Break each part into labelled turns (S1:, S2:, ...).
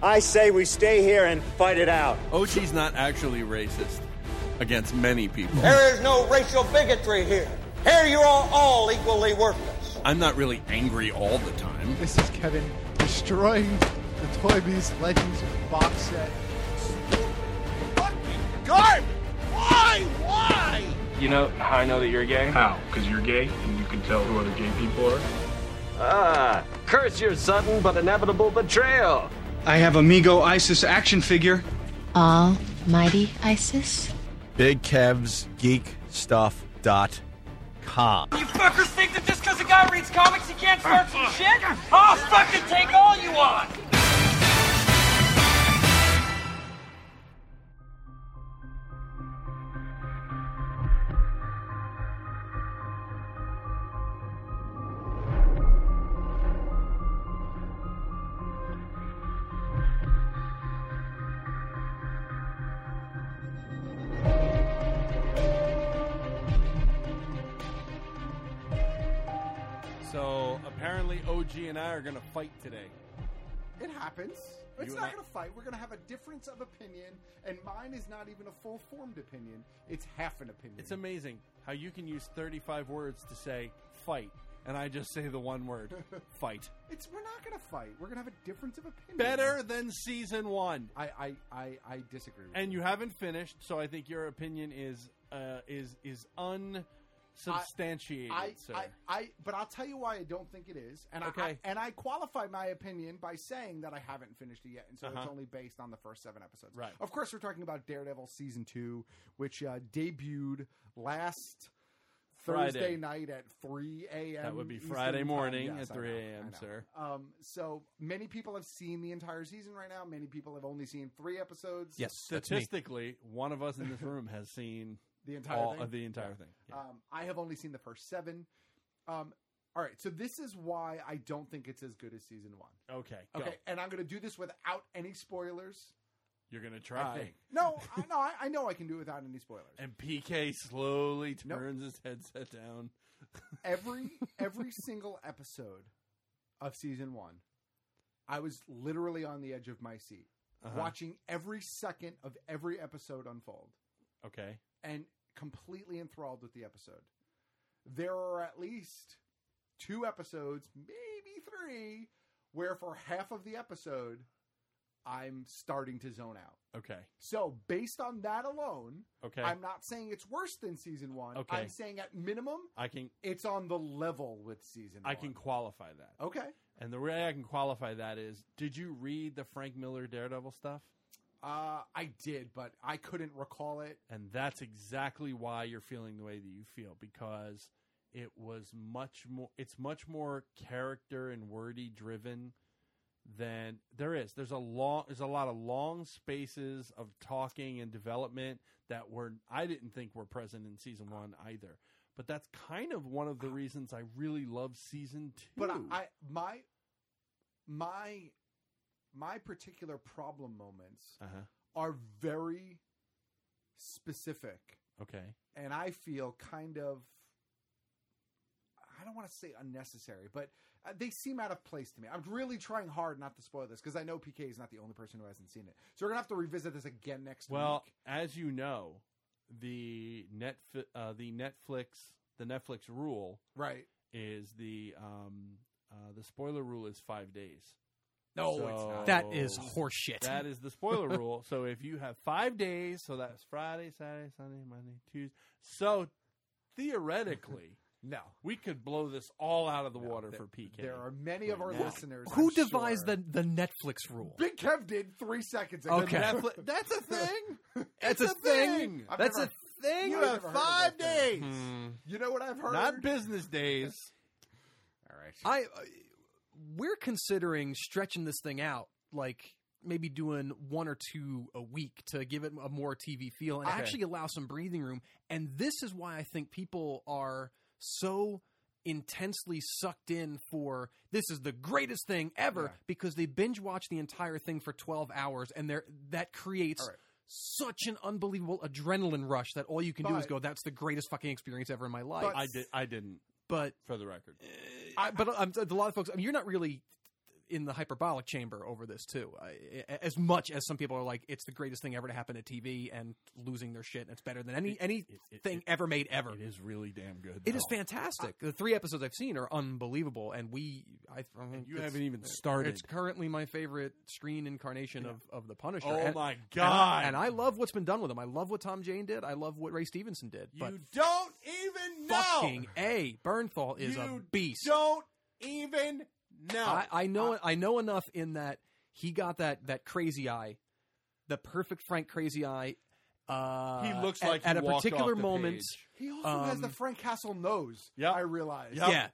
S1: I say we stay here and fight it out.
S2: Ochi's not actually racist against many people.
S3: There is no racial bigotry here. Here you are all equally worthless.
S2: I'm not really angry all the time.
S4: This is Kevin destroying the Toy Biz Legends box set.
S3: Garbage! Why? Why?
S5: You know how I know that you're gay?
S6: How? Because you're gay and you can tell who other gay people are?
S7: Ah, curse your sudden but inevitable betrayal.
S8: I have Amigo Isis action figure.
S9: Almighty Isis?
S2: Big Kev's Geek Stuff dot com.
S10: You fuckers think that just because a guy reads comics he can't start some shit? I'll fucking take all you want!
S2: So apparently, OG and I are going to fight today.
S4: It happens. It's
S2: You
S4: not
S2: and I-
S4: going to fight. We're going to have a difference of opinion, and mine is not even a full formed opinion. It's half an opinion.
S2: It's amazing how you can use 35 words to say fight, and I just say the one word fight.
S4: It's we're not going to fight. We're going to have a difference of opinion.
S2: Better than season one.
S4: I I I, I disagree. With
S2: And you haven't finished, so I think your opinion is uh, is is unsubstantiated.
S4: I,
S2: sir.
S4: I, I, but I'll tell you why I don't think it is, and I- I,
S2: Okay.
S4: and I qualify my opinion by saying that I haven't finished it yet, and so
S2: Uh-huh.
S4: it's only based on the first seven episodes.
S2: Right.
S4: Of course, we're talking about Daredevil season two, which uh, debuted last
S2: Friday.
S4: Thursday night at three a.m.
S2: That would be
S4: Eastern
S2: Friday
S4: time.
S2: morning at
S4: I
S2: 3
S4: know, I
S2: a.m.,
S4: know.
S2: sir.
S4: Um, so many people have seen the entire season right now. Many people have only seen three episodes.
S2: Statistically, one of us in this room has seen
S4: the entire
S2: all
S4: thing?
S2: of the entire thing. Yeah.
S4: Um, I have only seen the first seven. Um, all right, so this is why I don't think it's as good as season one.
S2: Uh, Okay, go.
S4: Okay, and I'm going to do this without any spoilers.
S2: You're gonna
S4: I
S2: try.
S4: think. No, I, no, I, I know I can do it without any spoilers.
S2: And PK slowly
S4: Nope.
S2: turns his headset down.
S4: Every every single episode of season one, I was literally on the edge of my seat,
S2: Uh-huh.
S4: watching every second of every episode unfold.
S2: Okay.
S4: and completely enthralled with the episode. There are at least two episodes, maybe three, where for half of the episode, I'm starting to zone out.
S2: Okay.
S4: So, based on that alone,
S2: Okay.
S4: I'm not saying it's worse than season one.
S2: Okay.
S4: I'm saying at minimum,
S2: I can
S4: it's on the level with season
S2: I
S4: one.
S2: can qualify that.
S4: Okay.
S2: And the way I can qualify that is, did you read the Frank Miller Daredevil stuff?
S4: Uh, I did, but I couldn't recall it.
S2: And that's exactly why you're feeling the way that you feel because it was much more it's much more character and wordy driven than there is. There's a long there's a lot of long spaces of talking and development that were I didn't think were present in season 1 either. But that's kind of one of the reasons I really love season 2.
S4: But I, I my my my particular problem moments
S2: uh-huh.
S4: are very specific
S2: Okay.
S4: and I feel kind of I don't want to say unnecessary, but uh, they seem out of place to me. I'm really trying hard not to spoil this because I know PK is not the only person who hasn't seen it. So we're going to have to revisit this again next
S2: Well,
S4: week.
S2: as you know, the Netf- uh, the Netflix the Netflix rule
S4: Right.
S2: is the um, uh, the spoiler rule is five days.
S4: No, it's not.
S11: That is
S2: So
S11: horseshit.
S2: That is the spoiler rule. So if you have five days, so that's Friday, Saturday, Sunday, Monday, Tuesday. So theoretically,
S4: No.
S2: we could blow this all out of the
S4: No,
S2: water
S4: there-
S2: for PK.
S4: There are many of our
S2: Now,
S4: listeners.
S11: Who
S4: I'm
S11: devised
S4: sure-
S11: the, the Netflix rule?
S4: Big Kev did three seconds ago.
S11: Okay.
S2: Netflix- that's a thing.
S11: That's
S2: It's
S11: a thing.
S4: I've
S11: That's
S4: never-
S11: a thing.
S4: You have five days.
S2: Hmm.
S4: You know what I've heard?
S2: Not business days.
S4: All right.
S11: I uh, we're considering stretching this thing out like
S10: maybe doing one or two a week to give it a more TV feel and
S2: Okay.
S10: actually allow some breathing room. And this is why I think people are so intensely sucked in for this is the greatest thing ever because they binge watch the entire thing for 12 hours and they're, that creates
S4: All right.
S10: such an unbelievable adrenaline rush that all you can do is
S4: But-
S10: go that's the greatest fucking experience ever in my life.
S4: But- I
S2: did I didn't.
S10: But
S2: for the record.
S10: I, but I'm, a lot of folks, I mean, you're not really in the hyperbolic chamber over this too, I, as much as some people are like, it's the greatest thing ever to happen to TV and losing their shit, and it's better than any anything ever made ever. It
S2: is really damn good.
S10: It is fantastic. the three episodes I've seen are unbelievable, and we, I, I mean,
S2: you
S10: it's-
S2: haven't even started.
S10: It's currently my favorite screen incarnation of, of the Punisher.
S2: Oh
S10: And-
S2: my
S10: and I-
S2: God.
S10: And I, love what's been done with him. I love what Tom Jane did. I love what Ray Stevenson did. But
S2: You don't even know.
S10: fucking a Bernthal is a
S2: You
S10: beast.
S2: Don't even know.
S10: I, I know I know enough in that he got that that crazy eye, the perfect Frank crazy eye. Uh,
S4: He looks
S10: at-
S4: like he
S10: at, a
S4: walked
S10: particular
S4: off the
S10: moment.
S4: page. He also has the
S10: um,
S4: Frank Castle nose. Yeah, I realize.
S10: yeah.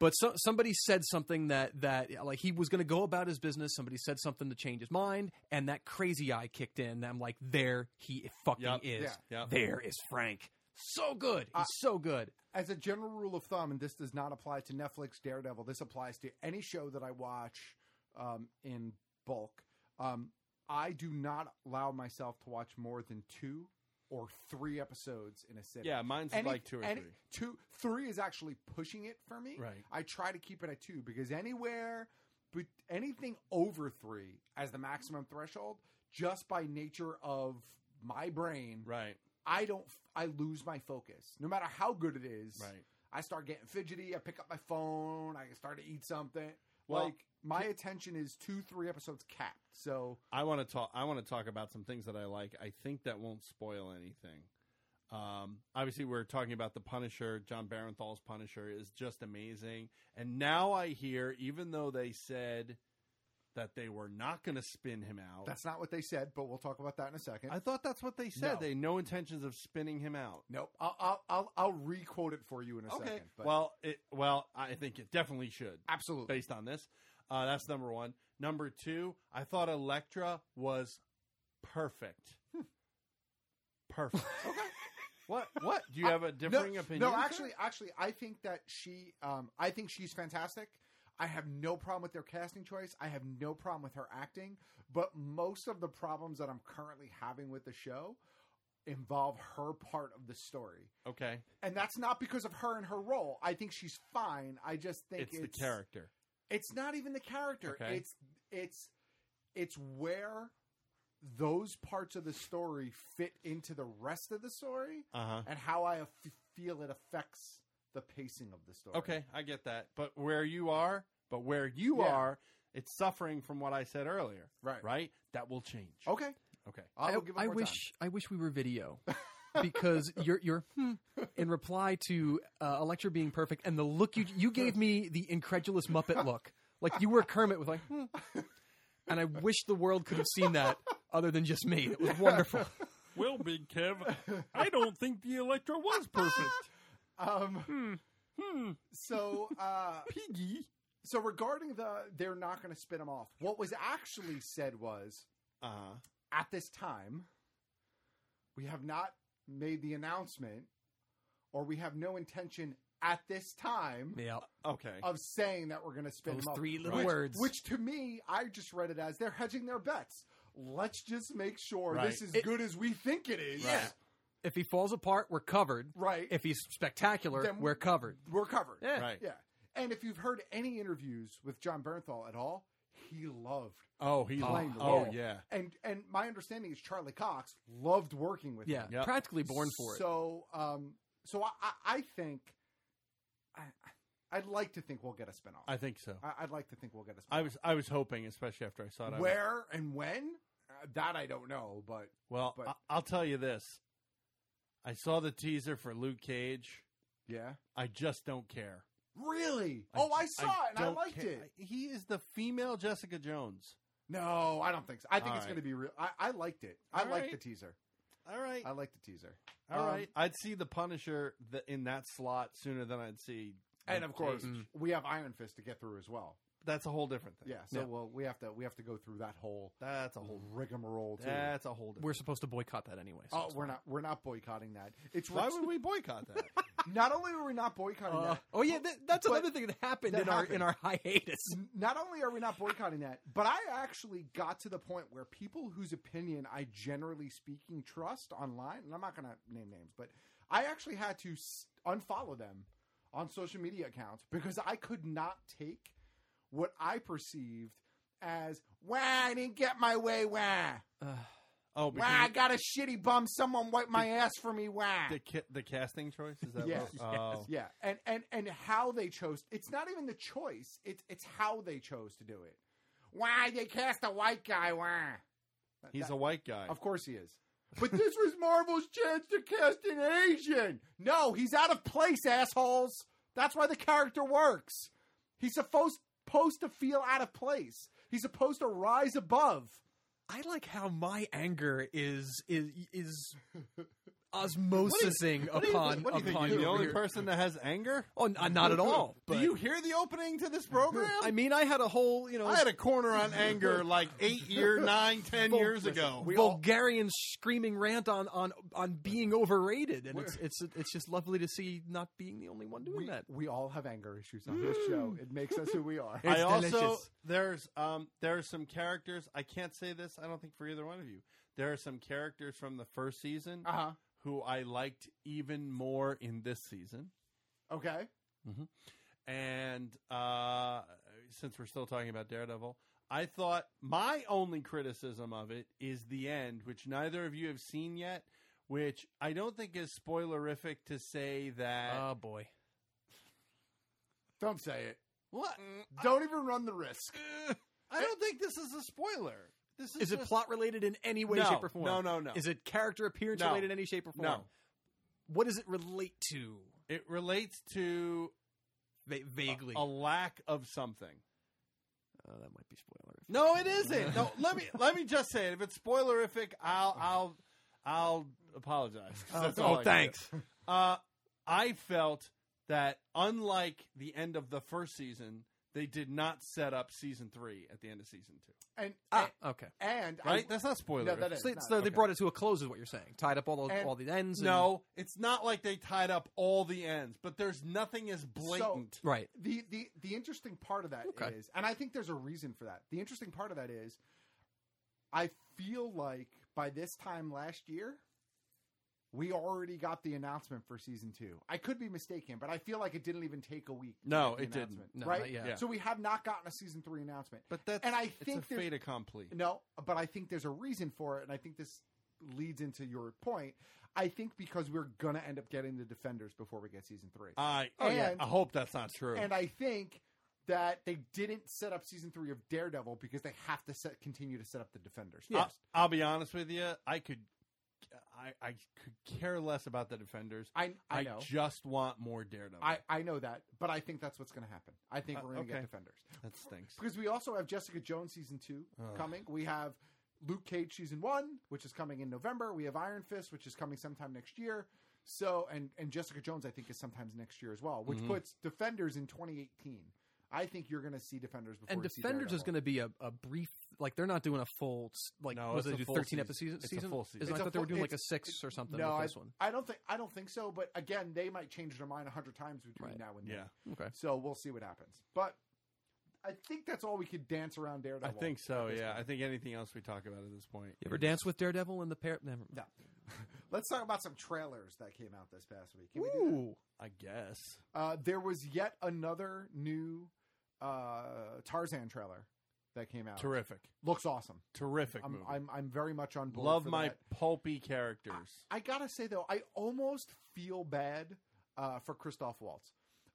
S10: But so, somebody said something that that like he was going to go about his business. Somebody said something to change his mind, and that crazy eye kicked in. I'm like, there he fucking is.
S2: Yeah. Yep.
S10: There is Frank. So good. He's so good.
S4: As a general rule of thumb, and this does not apply to Netflix Daredevil, this applies to any show that I watch um, in bulk. Um, I do not allow myself to watch more than two or three episodes in a sitting.
S2: Yeah, mine's like two or three.
S4: Two, three is actually pushing it for me.
S2: Right.
S4: I try to keep it at two because anywhere, but anything over three as the maximum threshold, just by nature of my brain,
S2: right?
S4: I don't. I lose my focus, no matter how good it is.
S2: Right.
S4: I start getting fidgety. I pick up my phone. I start to eat something.
S2: Well,
S4: like my attention is two, three episodes capped. So
S2: I want to talk. I want to talk about some things that I like. I think that won't spoil anything. Um, obviously, we're talking about the Punisher. John Barenthal's Punisher is just amazing. And now I hear, even though they said that they were not going to spin him out,
S4: that's not what they said, but we'll talk about that in a second.
S2: I thought that's what they said.
S4: No.
S2: They no intentions of spinning him out.
S4: Nope. I'll I'll I'll, I'll re-quote it for you in a
S2: okay.
S4: second. But
S2: Well, it, well, I think it definitely should.
S4: Absolutely.
S2: Based on this, uh, that's number one. Number two, I thought Elektra was perfect. Perfect. okay. What? What? Do you have a differing
S4: no,
S2: opinion?
S4: No,
S2: sir?
S4: actually, actually, I think that she, um, I think she's fantastic. I have no problem with their casting choice. I have no problem with her acting. But most of the problems that I'm currently having with the show involve her part of the story,
S2: Okay.
S4: and that's not because of her and her role. I think she's fine. I just think
S2: It's,
S4: it's,
S2: the character.
S4: It's not even the character.
S2: Okay.
S4: It's it's it's where those parts of the story fit into the rest of the story
S2: Uh-huh.
S4: and how I f- feel it affects the pacing of the story.
S2: Okay, I get that. But where you are, but where you
S4: Yeah.
S2: are, it's suffering from what I said earlier.
S4: Right.
S2: Right? That will change.
S4: Okay.
S2: Okay.
S4: I will give it
S10: I
S4: more
S10: wish I wish we were video because your your hmm, in reply to uh, Electra being perfect and the look you you gave me the incredulous Muppet look like you were Kermit with like hmm. and I wish the world could have seen that other than just me. It was wonderful.
S2: Well, Big Kev, I don't think the Electra was perfect.
S4: Um,
S10: Hmm.
S4: So, uh, Piggy. So regarding the they're not going to spin him off. What was actually said was
S2: Uh-huh.
S4: at this time we have not made the announcement, or we have no intention at this time.
S10: Yeah.
S2: Okay.
S4: Of saying that we're going to spin
S10: Those
S4: them up.
S10: three little
S4: Which-
S10: words.
S4: which to me, I just read it as they're hedging their bets. Let's just make sure
S10: Right.
S4: this is good as we think it is.
S10: Yeah. If he falls apart, we're covered.
S4: Right.
S10: If he's spectacular,
S4: Then-
S10: we're covered.
S4: we're covered.
S10: Yeah.
S2: Right.
S4: Yeah. And if you've heard any interviews with John Bernthal at all, he loved
S2: Oh, he
S4: playing
S2: loved-
S4: the
S2: oh,
S4: role.
S2: yeah.
S4: And and my understanding is Charlie Cox loved working with
S10: Yeah,
S4: him.
S10: Yep. practically born for it.
S4: So um so I I, I think I I'd like to think we'll get a spinoff.
S2: I think so.
S4: I, I'd like to think we'll get a spinoff.
S2: I was I was hoping, especially after I saw it. I was-
S4: Where and when? Uh, that I don't know, but
S2: well,
S4: but-
S2: I, I'll tell you this: I saw the teaser for Luke Cage.
S4: Yeah,
S2: I just don't care.
S4: really? oh, I saw it and I
S2: don't
S4: liked
S2: care.
S4: it.
S2: He is the female Jessica Jones.
S4: No, I don't think so. I think
S2: All
S4: it's
S2: right.
S4: going to be real. I, I liked it. I
S2: All
S4: liked
S2: right.
S4: the teaser.
S2: All right.
S4: I liked the teaser.
S2: All
S4: Um,
S2: I'd see the Punisher th- in that slot sooner than I'd see.
S4: And
S2: Luke
S4: of course,
S2: Cage.
S4: we have Iron Fist to get through as well.
S2: that's a whole different thing.
S4: Yeah. So
S2: Yeah.
S4: well, we have to we have to go through that whole
S2: that's a whole
S4: rigmarole. Too.
S2: That's a whole. Different
S12: We're supposed to boycott that anyway. so
S4: Oh,
S12: it's
S4: we're
S12: fine.
S4: not we're not boycotting that. It's
S2: Why
S4: Rick's-
S2: would we boycott that?
S4: Not only are we not boycotting
S12: Uh,
S4: that.
S12: oh yeah, th- that's
S4: but-
S12: another thing that happened
S4: that
S12: in our in
S4: happened.
S12: our hiatus.
S4: N- Not only are we not boycotting that, but I actually got to the point where people whose opinion I generally speaking trust online, and I'm not going to name names, but I actually had to s- unfollow them on social media accounts because I could not take what I perceived as "wah, I didn't get my way, wah,
S2: Oh,
S4: wah,
S2: because
S4: I got a shitty bum, someone wiped my ass for me, wah."
S2: the ca- the casting choice is that?
S4: Yes.
S2: what- Oh.
S4: Yeah, and and and how they chose. It's not even the choice. It's it's how they chose to do it. Why they cast a white guy? Why?
S2: He's a white guy.
S4: Of course he is. But this was Marvel's chance to cast an Asian. No, he's out of place, assholes. That's why the character works. He's supposed supposed to feel out of place. He's supposed to rise above.
S12: I like how my anger is is is osmosising
S2: What do you
S12: upon
S2: think- what do you think,
S12: upon
S2: you're the
S12: your-
S2: only person that has anger.
S12: Oh, n- not at all.
S2: Do
S12: but-
S2: you hear the opening to this program?
S12: I mean, I had a whole you know
S2: I had a corner on anger like eight year, nine, ten years ago.
S12: Bulgarian screaming rant on on on being overrated, and it's it's it's just lovely to see not being the only one doing
S4: We,
S12: that.
S4: we all have anger issues on this show.
S2: mm.
S4: It makes us who we are.
S2: I also
S12: delicious.
S2: there's um there are some characters I can't say this I don't think for either one of you. There are some characters from the first season
S4: Uh
S2: who I liked even more in this season.
S4: huh. Okay.
S2: And uh since we're still talking about Daredevil, I thought my only criticism of it is the end, which neither of you have seen yet, which I don't think is spoilerific to say that
S12: Oh boy,
S4: Don't say it.
S2: what
S4: Don't even run the risk.
S2: Eh. I don't think this is a spoiler. This is,
S12: is it
S2: just-
S12: plot related in any way,
S2: No,
S12: shape, or form?
S2: no, no, no.
S12: Is it character appearance
S2: No.
S12: related in any shape or form?
S2: No.
S12: What does it relate to?
S2: It relates to
S12: Va- vaguely.
S2: a lack of something.
S12: oh, that might be spoiler.
S2: No, it isn't. No, let me let me just say it. If it's spoilerific, I'll I'll I'll apologize. That's all I can do. Uh, I felt that unlike the end of the first season, they did not set up season three at the end of season two.
S4: And
S12: Ah, okay.
S4: and I-
S2: Right? That's not spoiler.
S4: No, that is.
S12: So,
S4: It's
S12: so
S4: not-
S12: they
S4: okay.
S12: brought it to a close, is what you're saying. Tied up all the
S4: And-
S12: all the ends. and-
S2: No, it's not like they tied up all the ends, but there's nothing as blatant.
S12: right.
S4: the the the interesting part of that is,
S12: Okay.
S4: and I think there's a reason for that. The interesting part of that is, I feel like by this time last year, we already got the announcement for season two. I could be mistaken, but I feel like it didn't even take a week. to
S2: No,
S4: get the
S2: it didn't.
S4: announcement,
S12: No,
S4: right?
S12: not yet.
S2: Yeah.
S4: So we have not gotten a season three announcement.
S2: but that's
S4: And I think
S2: it's a
S4: there's-
S2: fait accompli.
S4: No, but I think there's a reason for it, and I think this leads into your point. I think because we're gonna end up getting the defenders before we get season three.
S2: I
S4: Oh, yeah.
S2: I hope that's not Ah, true.
S4: And I think that they didn't set up season three of Daredevil because they have to set, continue to set up the Defenders.
S2: I'll-
S4: first.
S2: I'll, be honest with you. I could, I, I could care less about the defenders.
S4: I, I know.
S2: just want more Daredevil.
S4: I, I know that, but I think that's what's going to happen. I think
S2: Uh,
S4: we're going to
S2: okay.
S4: get Defenders
S2: that stinks.
S4: because we also have Jessica Jones season two
S2: Ugh.
S4: coming. We have Luke Cage season one, which is coming in November. We have Iron Fist, which is coming sometime next year. So and and Jessica Jones, I think, is sometimes next year as well, which
S12: Mm-hmm.
S2: Mhm.
S4: puts Defenders in 2018. I think you're going to see Defenders before
S12: And
S4: you see
S12: Defenders is
S4: Daredevil.
S12: going to be a, a brief, like they're not doing a full s- like
S2: No,
S12: was
S2: it's
S12: they
S2: a
S12: do
S2: full
S12: thirteen
S2: season.
S12: episode
S2: It's a
S12: season?
S2: full season.
S12: Isn't- I
S4: It's a
S12: thought they were
S4: full-
S12: doing like a
S4: it's-
S12: six or something
S4: no,
S12: with
S4: I,
S12: this one.
S4: I don't think I don't think so. But again, they might change their mind a hundred times between
S12: Right.
S4: now and then.
S2: yeah,
S12: Okay.
S4: So we'll see what happens. But I think that's all we could dance around Daredevil.
S2: I think so.
S4: at this
S2: Yeah, I
S4: point.
S2: think anything else we talk about at this point.
S12: You ever dance with Daredevil and the pair? Never.
S4: No. Let's talk about some trailers that came out this past week. Can we do
S2: Ooh, I guess.
S4: that? Uh, there was yet another new uh, Tarzan trailer that came out.
S2: Terrific,
S4: Looks awesome.
S2: terrific
S4: I'm,
S2: movie.
S4: I'm I'm very much on board.
S2: Love
S4: for
S2: my
S4: that.
S2: pulpy characters.
S4: I gotta say though, I almost feel bad uh, for Christoph Waltz.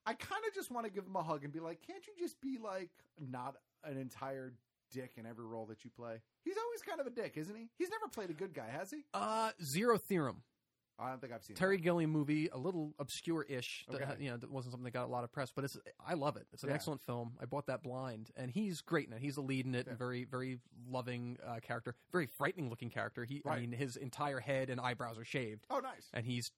S4: I kind of just want to give him a hug and be like, "Can't you just be like not an entire dick in every role that you play?" He's always kind of a dick, isn't he? He's never played a good guy, has he?
S12: Uh, Zero Theorem,
S4: I don't think I've seen
S12: Terry Gilliam movie, a little obscure-ish. that-
S4: Okay.
S12: you know, that wasn't something that got a lot of press, but it's I love it. It's an
S4: Yeah.
S12: excellent film. I bought that blind, and he's great in it. He's the lead in it.
S4: Yeah.
S12: Very, very loving uh, character. Very frightening-looking character. He, I
S4: Right.
S12: mean, his entire head and eyebrows are shaved,
S4: that. Oh, nice.
S12: and he's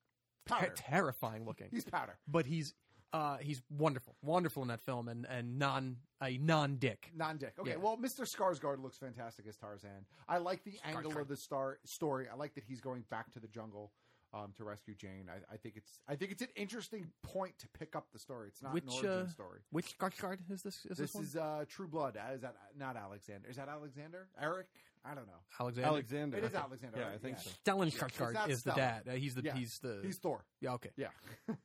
S4: Powder.
S12: terrifying looking.
S4: He's powder.
S12: but he's
S2: Uh, he's wonderful, wonderful in that film, and and non a non dick.
S4: Non-dick. Okay.
S2: Yeah.
S4: Well, Mr. Skarsgård looks fantastic as Tarzan. I like the angle of
S2: Skarsgård.
S4: the star story. I like that he's going back to the jungle um, to rescue Jane. I, I think it's I think it's an interesting point to pick up the story. It's not
S2: which
S4: an origin
S2: uh,
S4: story.
S2: Which Skarsgård is this? Is this,
S4: this
S2: one?
S4: is uh, True Blood. Uh, Is that not Alexander? Is that Alexander? Eric? I don't know.
S2: Alexander.
S4: It is Alexander. right?
S2: Stellan
S4: Yeah, it's
S2: Skarsgård
S4: not
S2: is the
S4: Stellan.
S2: dad. Uh, he's the
S4: Yeah.
S2: he's the
S4: he's Thor.
S2: Yeah. Okay.
S4: Yeah. All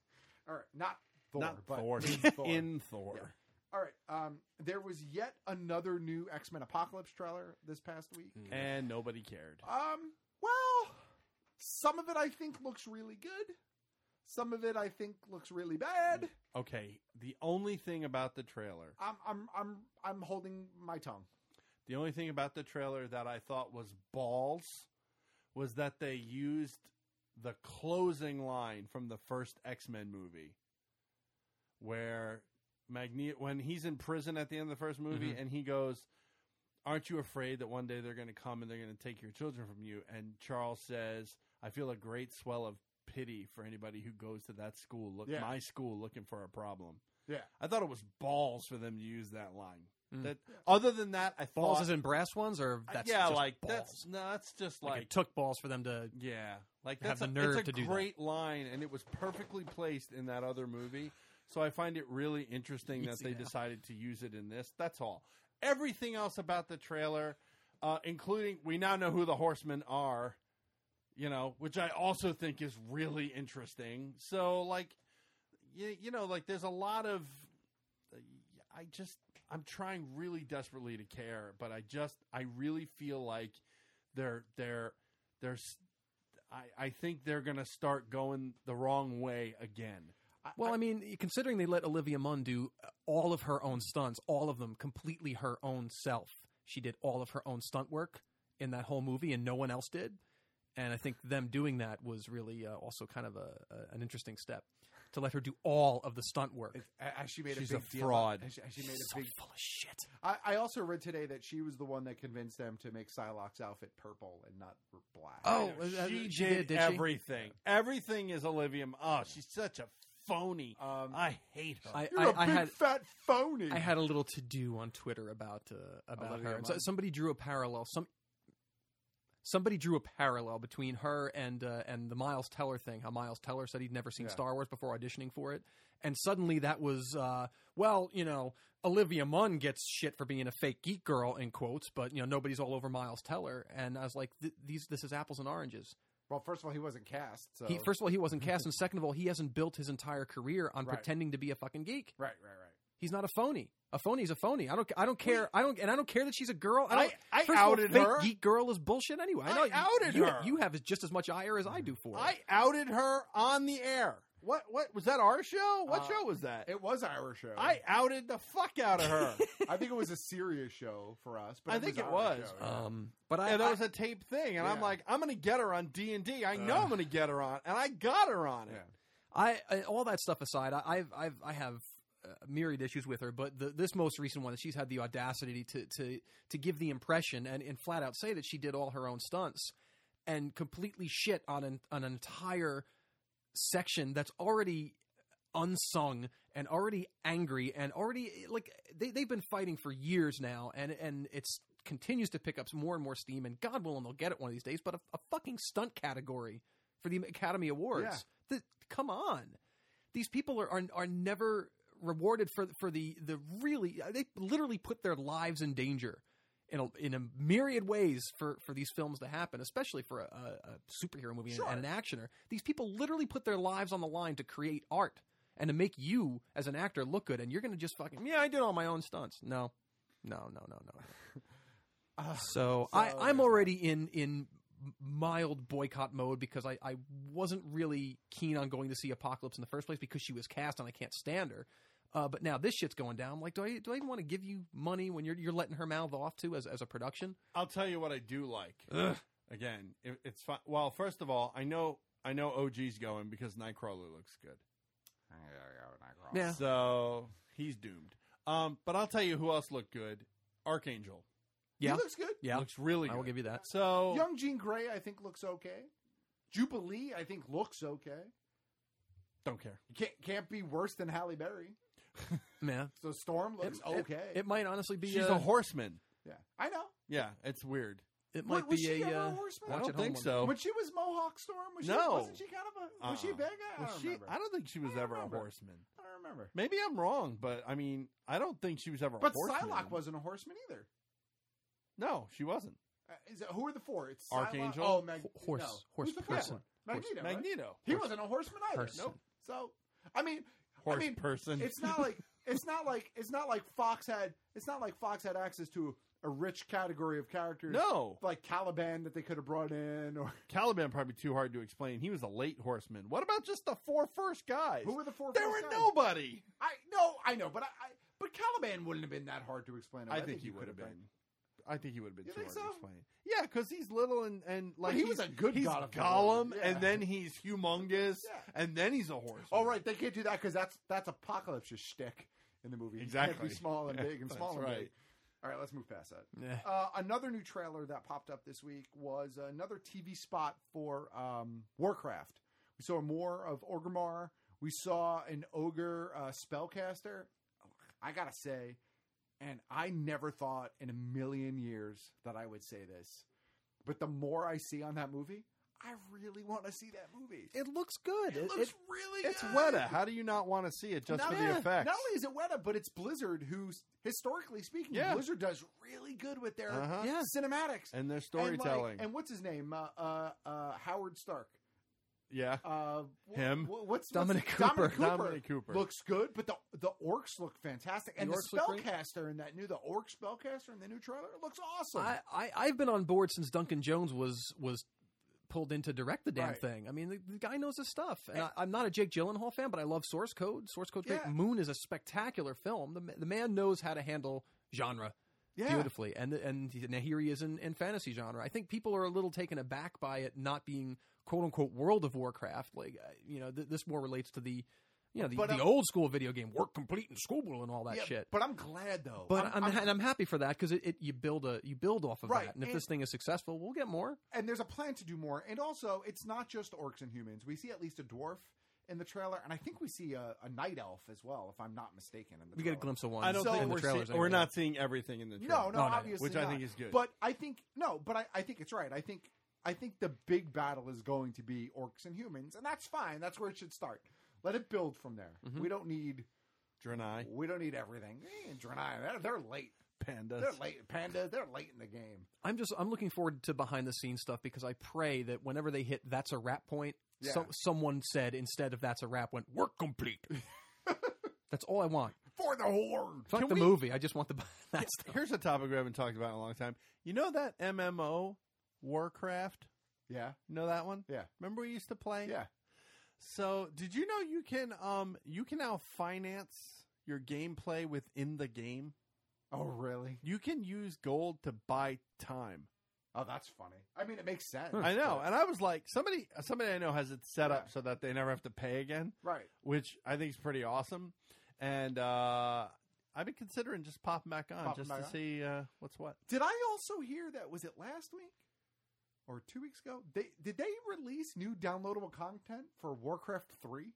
S4: right, not Thor,
S10: Not
S4: but
S10: Thor.
S4: in
S10: He's
S4: Thor.
S10: in Thor.
S4: All right. Um, there was yet another new X Men Apocalypse trailer this past week.
S10: Mm. And nobody cared.
S4: Um, well, some of it I think looks really good. Some of it I think looks really bad.
S10: Okay, the only thing about the trailer,
S4: I'm I'm I'm I'm holding my tongue.
S10: the only thing about the trailer that I thought was balls was that they used the closing line from the first X-Men movie where Magneto when he's in prison at the end of the first movie
S2: Mhm.
S10: and he goes aren't you afraid that one day they're going to come and they're going to take your children from you and Charles says I feel a great swell of pity for anybody who goes to that school look
S4: Yeah.
S10: my school looking for a problem
S4: Yeah.
S10: I thought it was balls for them to use that line.
S2: Mm.
S10: That other than that, I
S2: balls
S10: thought
S2: as in brass ones, or
S4: Uh,
S2: that's
S10: yeah,
S2: just
S10: like
S2: balls?
S10: that's no, that's just
S2: like,
S10: like,
S2: it took balls for them to
S10: yeah, like
S2: have
S10: that's
S2: the
S10: a,
S2: nerve
S10: it's
S2: to
S10: a
S2: do that.
S10: great line, and it was perfectly placed in that other movie. So I find it really interesting that
S2: Easy
S10: they
S2: now.
S10: decided to use it in this. That's all. Everything else about the trailer, uh, including we now know who the horsemen are, you know, which I also think is really interesting. So like, you, you know, like there's a lot of, uh, I just I'm trying really desperately to care, but I just I really feel like they're they're they're s- I, I think they're going to start going the wrong way again.
S2: Well, I mean, considering they let Olivia Munn do all of her own stunts, all of them completely her own self. She did all of her own stunt work in that whole movie, and no one else did. And I think them doing that was really uh, also kind of a, a an interesting step to let her do all of the stunt work.
S4: As she made
S10: She's
S4: a
S10: a
S4: big deal-
S10: fraud.
S4: as she, as she made a
S2: So
S4: big
S2: full of shit.
S4: I, I also read today that she was the one that convinced them to make Psylocke's outfit purple and not black.
S2: Oh,
S10: she,
S2: uh,
S10: did,
S2: she did, did she?
S10: everything. Everything is Olivia. M- Oh, she's such a phony. I hate her.
S2: Um, I-
S4: You're
S2: I-
S4: a
S2: I
S4: big
S2: had-
S4: fat phony.
S2: I had a little to do on Twitter about uh, about
S4: Olivia
S2: her. And so,
S4: Munn.
S2: somebody drew a parallel. Some somebody drew a parallel between her and uh, and the Miles Teller thing. How Miles Teller said he'd never seen
S4: Yeah.
S2: Star Wars before auditioning for it, and suddenly that was uh, well, you know, Olivia Munn gets shit for being a fake geek girl in quotes, but you know nobody's all over Miles Teller. And I was like, th- these this is apples and oranges.
S4: well, first of all, he wasn't cast. So
S2: He first of all he wasn't cast, and second of all he hasn't built his entire career on
S4: Right.
S2: pretending to be a fucking geek.
S4: right, right, right.
S2: He's not a phony. A phony is a phony. I don't. I don't care. I don't. And I don't care that she's a girl. I, don't,
S10: I- I
S2: first of all,
S10: outed
S2: fake
S10: her.
S2: Geek girl is bullshit anyway.
S10: I
S2: know
S10: outed
S2: you,
S10: her.
S2: You have just as much ire as I do for.
S10: I
S2: it.
S10: outed her on the air. What? What was that? Our show? What
S4: Uh,
S10: show was that?
S4: It was our show.
S10: I outed the fuck out of her.
S4: I think it was a serious show for us, but
S10: I think it
S4: our
S10: was. Oh,
S4: show, yeah.
S2: Um, but I.
S10: yeah, that
S2: I-
S10: was a tape thing, and I'm
S4: Yeah.
S10: like, I'm gonna get her on D and D. I know
S2: Ugh.
S10: I'm gonna get her on, and I got her on it.
S4: Yeah.
S2: I, I all that stuff aside, I, I've I've I have uh, myriad issues with her, but the, this most recent one, she's had the audacity to to to give the impression and, and flat out say that she did all her own stunts and completely shit on an on an entire section that's already unsung and already angry and already like they they've been fighting for years now and and it's continues to pick up more and more steam and God willing they'll get it one of these days but a, a fucking stunt category for the Academy Awards.
S4: Yeah.
S2: Th- come on, these people are are, are never rewarded for for the the really they literally put their lives in danger in a, in a myriad ways for for these films to happen, especially for a, a, a superhero movie and-
S4: Sure.
S2: and an actioner. These people literally put their lives on the line to create art. And to make you as an actor look good, and you're going to just fucking yeah, I did all my own stunts. No, no, no, no, no. So, I,
S4: So
S2: I'm
S4: there's
S2: already in in mild boycott mode because I, I wasn't really keen on going to see Apocalypse in the first place because she was cast and I can't stand her. Uh, but now this shit's going down. I'm like, do I do I even want to give you money when you're you're letting her mouth off to as as a production?
S10: I'll tell you what I do like. Again, it, it's fine. Well, first of all, I know I know OG's going because Nightcrawler looks good,
S2: Yeah.
S10: so he's doomed. Um, but I'll tell you who else looked good: Archangel.
S2: Yeah.
S4: He looks good.
S2: Yeah,
S10: looks really.
S2: I
S10: good.
S2: will give you that.
S10: So
S4: Young Jean Grey, I think, looks okay. Jubilee, I think, looks okay.
S10: Don't care.
S4: You can't can't be worse than Halle Berry.
S2: Man,
S4: So Storm looks
S2: It- it-
S4: okay.
S2: It, might honestly be.
S10: She's
S2: uh,
S10: a horseman.
S4: Yeah, I know.
S10: Yeah, it's weird.
S2: It might
S4: was
S2: be
S4: she
S2: a.
S4: ever
S2: uh,
S4: a horseman?
S10: I
S2: watch
S10: don't
S2: at home
S10: think
S2: one
S10: so.
S4: When she was Mohawk Storm, was she,
S10: No.
S4: wasn't she kind of a was she a
S10: Uh-uh.
S4: bad guy? I
S10: Was
S4: don't
S10: she-
S4: remember.
S10: I don't think she was
S4: don't
S10: ever
S4: remember.
S10: a horseman.
S4: I don't remember.
S10: Maybe I'm wrong, but I mean, I don't think she was ever.
S4: But
S10: a horseman.
S4: Psylocke wasn't a horseman either.
S10: No, she wasn't.
S4: Uh, is it, who are the four? It's Psylocke-
S10: Archangel?
S4: Oh, Mag-
S2: Ho- horse.
S4: no.
S2: Horse
S4: Who's the fourth
S2: person.
S4: one? Magneto.
S10: Horse-
S4: right?
S10: Magneto.
S4: He
S10: Horse-
S4: wasn't a horseman either.
S2: Person.
S4: Nope. So, I mean, I
S10: Horse
S4: mean,
S10: person.
S4: It's not like it's not like it's not like Fox had it's not like Fox had access to a rich category of characters.
S10: No.
S4: like Caliban that they could have brought in, or
S10: Caliban probably too hard to explain. He was a late horseman. What about just the four first guys?
S4: who were the four?
S10: There
S4: first
S10: were
S4: guys?
S10: nobody.
S4: I no, I know, but I, I but Caliban wouldn't have been that hard to explain.
S10: I, think, he
S4: you
S10: would have
S4: could've
S10: been. I think he would have been
S4: You
S10: too
S4: think
S10: hard to
S4: so?
S10: explain. Yeah, because he's little and and like
S4: he
S10: he's-
S4: was a good
S10: he's
S4: God of War.
S10: Gollum,
S4: Yeah.
S10: and then he's humongous,
S4: Yeah.
S10: and then he's a horse.
S4: Oh right, they can't do that because that's that's apocalypse's shtick in the movie. You can't
S10: Exactly.
S4: be small and
S10: Yeah,
S4: big and
S10: that's
S4: small and big.
S10: right.
S4: All right, let's move past that.
S2: Yeah.
S4: Uh, another new trailer that popped up this week was another TV spot for um, Warcraft. We saw more of Orgrimmar. We saw an ogre uh, spellcaster. I gotta say, and I never thought in a million years that I would say this, but the more I see on that movie, I really want to see that movie.
S2: It looks good.
S4: It looks really
S10: It's
S4: good.
S10: Weta. How do you not want to see it just for the effects?
S4: Not only is it Weta, but it's Blizzard, who historically speaking,
S10: Yeah.
S4: Blizzard does really good with their
S10: Uh-huh.
S2: Yeah.
S4: cinematics
S10: and their
S4: And, like,
S10: storytelling.
S4: And, what's his name? Uh, uh, uh, Howard Stark.
S10: yeah.
S4: Uh, wh-
S10: Him.
S4: wh- what's
S2: Dominic
S4: what's,
S2: Cooper.
S4: Dominic Cooper.
S10: Dominic Cooper.
S4: looks good, but the the orcs look fantastic, and
S2: The
S4: the,
S2: orcs look great.
S4: spellcaster in that new the orc spellcaster in the new trailer looks awesome.
S2: I, I I've been on board since Duncan Jones was was pulled in to direct the damn
S4: Right.
S2: thing. I mean, the, the guy knows his stuff. And I, I'm not a Jake Gyllenhaal fan, but I love Source Code. Source Code
S4: Yeah.
S2: Moon is a spectacular film. The, ma- the man knows how to handle genre
S4: Yeah.
S2: beautifully, and and now here he is in, in fantasy genre. I think people are a little taken aback by it not being quote unquote World of Warcraft. Like uh, you know, th- this more relates to the you know the,
S4: But,
S2: the
S4: uh,
S2: old school video game work complete and school and all that
S4: yeah,
S2: shit.
S4: But I'm glad though.
S2: But I'm, I'm, and I'm happy for that because it, it you build a you build off of
S4: Right,
S2: that, and if
S4: and-
S2: this thing is successful, we'll get more.
S4: and there's a plan to do more. And also, it's not just orcs and humans. We see at least a dwarf in the trailer, and I think we see a, a night elf as well, if I'm not mistaken. In the
S2: We get a
S4: trailer.
S2: glimpse of one.
S10: I don't
S4: So-
S10: think
S2: in the
S10: we're,
S2: trailers.
S10: see- we're
S2: anyway.
S10: not seeing everything in the trailer.
S4: No, no,
S2: No, no, no.
S4: obviously,
S10: Which I
S4: not.
S10: think is good.
S4: But I think no, but I, I think it's right. I think I think the big battle is going to be orcs and humans, and that's fine. That's where it should start. Let it build from there.
S2: Mhm.
S4: We don't need
S10: Draenei,
S4: we don't need everything. Eh, Draenei, they're, they're late.
S10: pandas.
S4: They're late. Panda, they're late in the game.
S2: I'm just I'm looking forward to behind the scenes stuff because I pray that whenever they hit that's a wrap point,
S4: Yeah.
S2: so, someone said instead of that's a wrap went work complete. that's all I want.
S4: For the horde.
S2: Fuck
S10: Can
S2: the
S10: we-
S2: movie. I just want the that
S10: Yeah,
S2: stuff.
S10: Here's a topic we haven't talked about in a long time. You know that MMO Warcraft?
S4: Yeah.
S10: You know that one?
S4: Yeah.
S10: Remember we used to play?
S4: Yeah.
S10: So did you know you can um you can now finance your gameplay within the game?
S4: Oh really?
S10: You can use gold to buy time.
S4: Oh, that's funny. I mean, it makes sense.
S10: I know,
S4: but-
S10: and I was like, somebody somebody I know has it set up so that they never have to pay again,
S4: right.
S10: which I think is pretty awesome. And uh I've been considering just popping back on
S4: Popping
S10: just
S4: back
S10: to
S4: on?
S10: see uh, what's what.
S4: Did I also hear that was it last week or two weeks ago? They did they release new downloadable content for Warcraft three?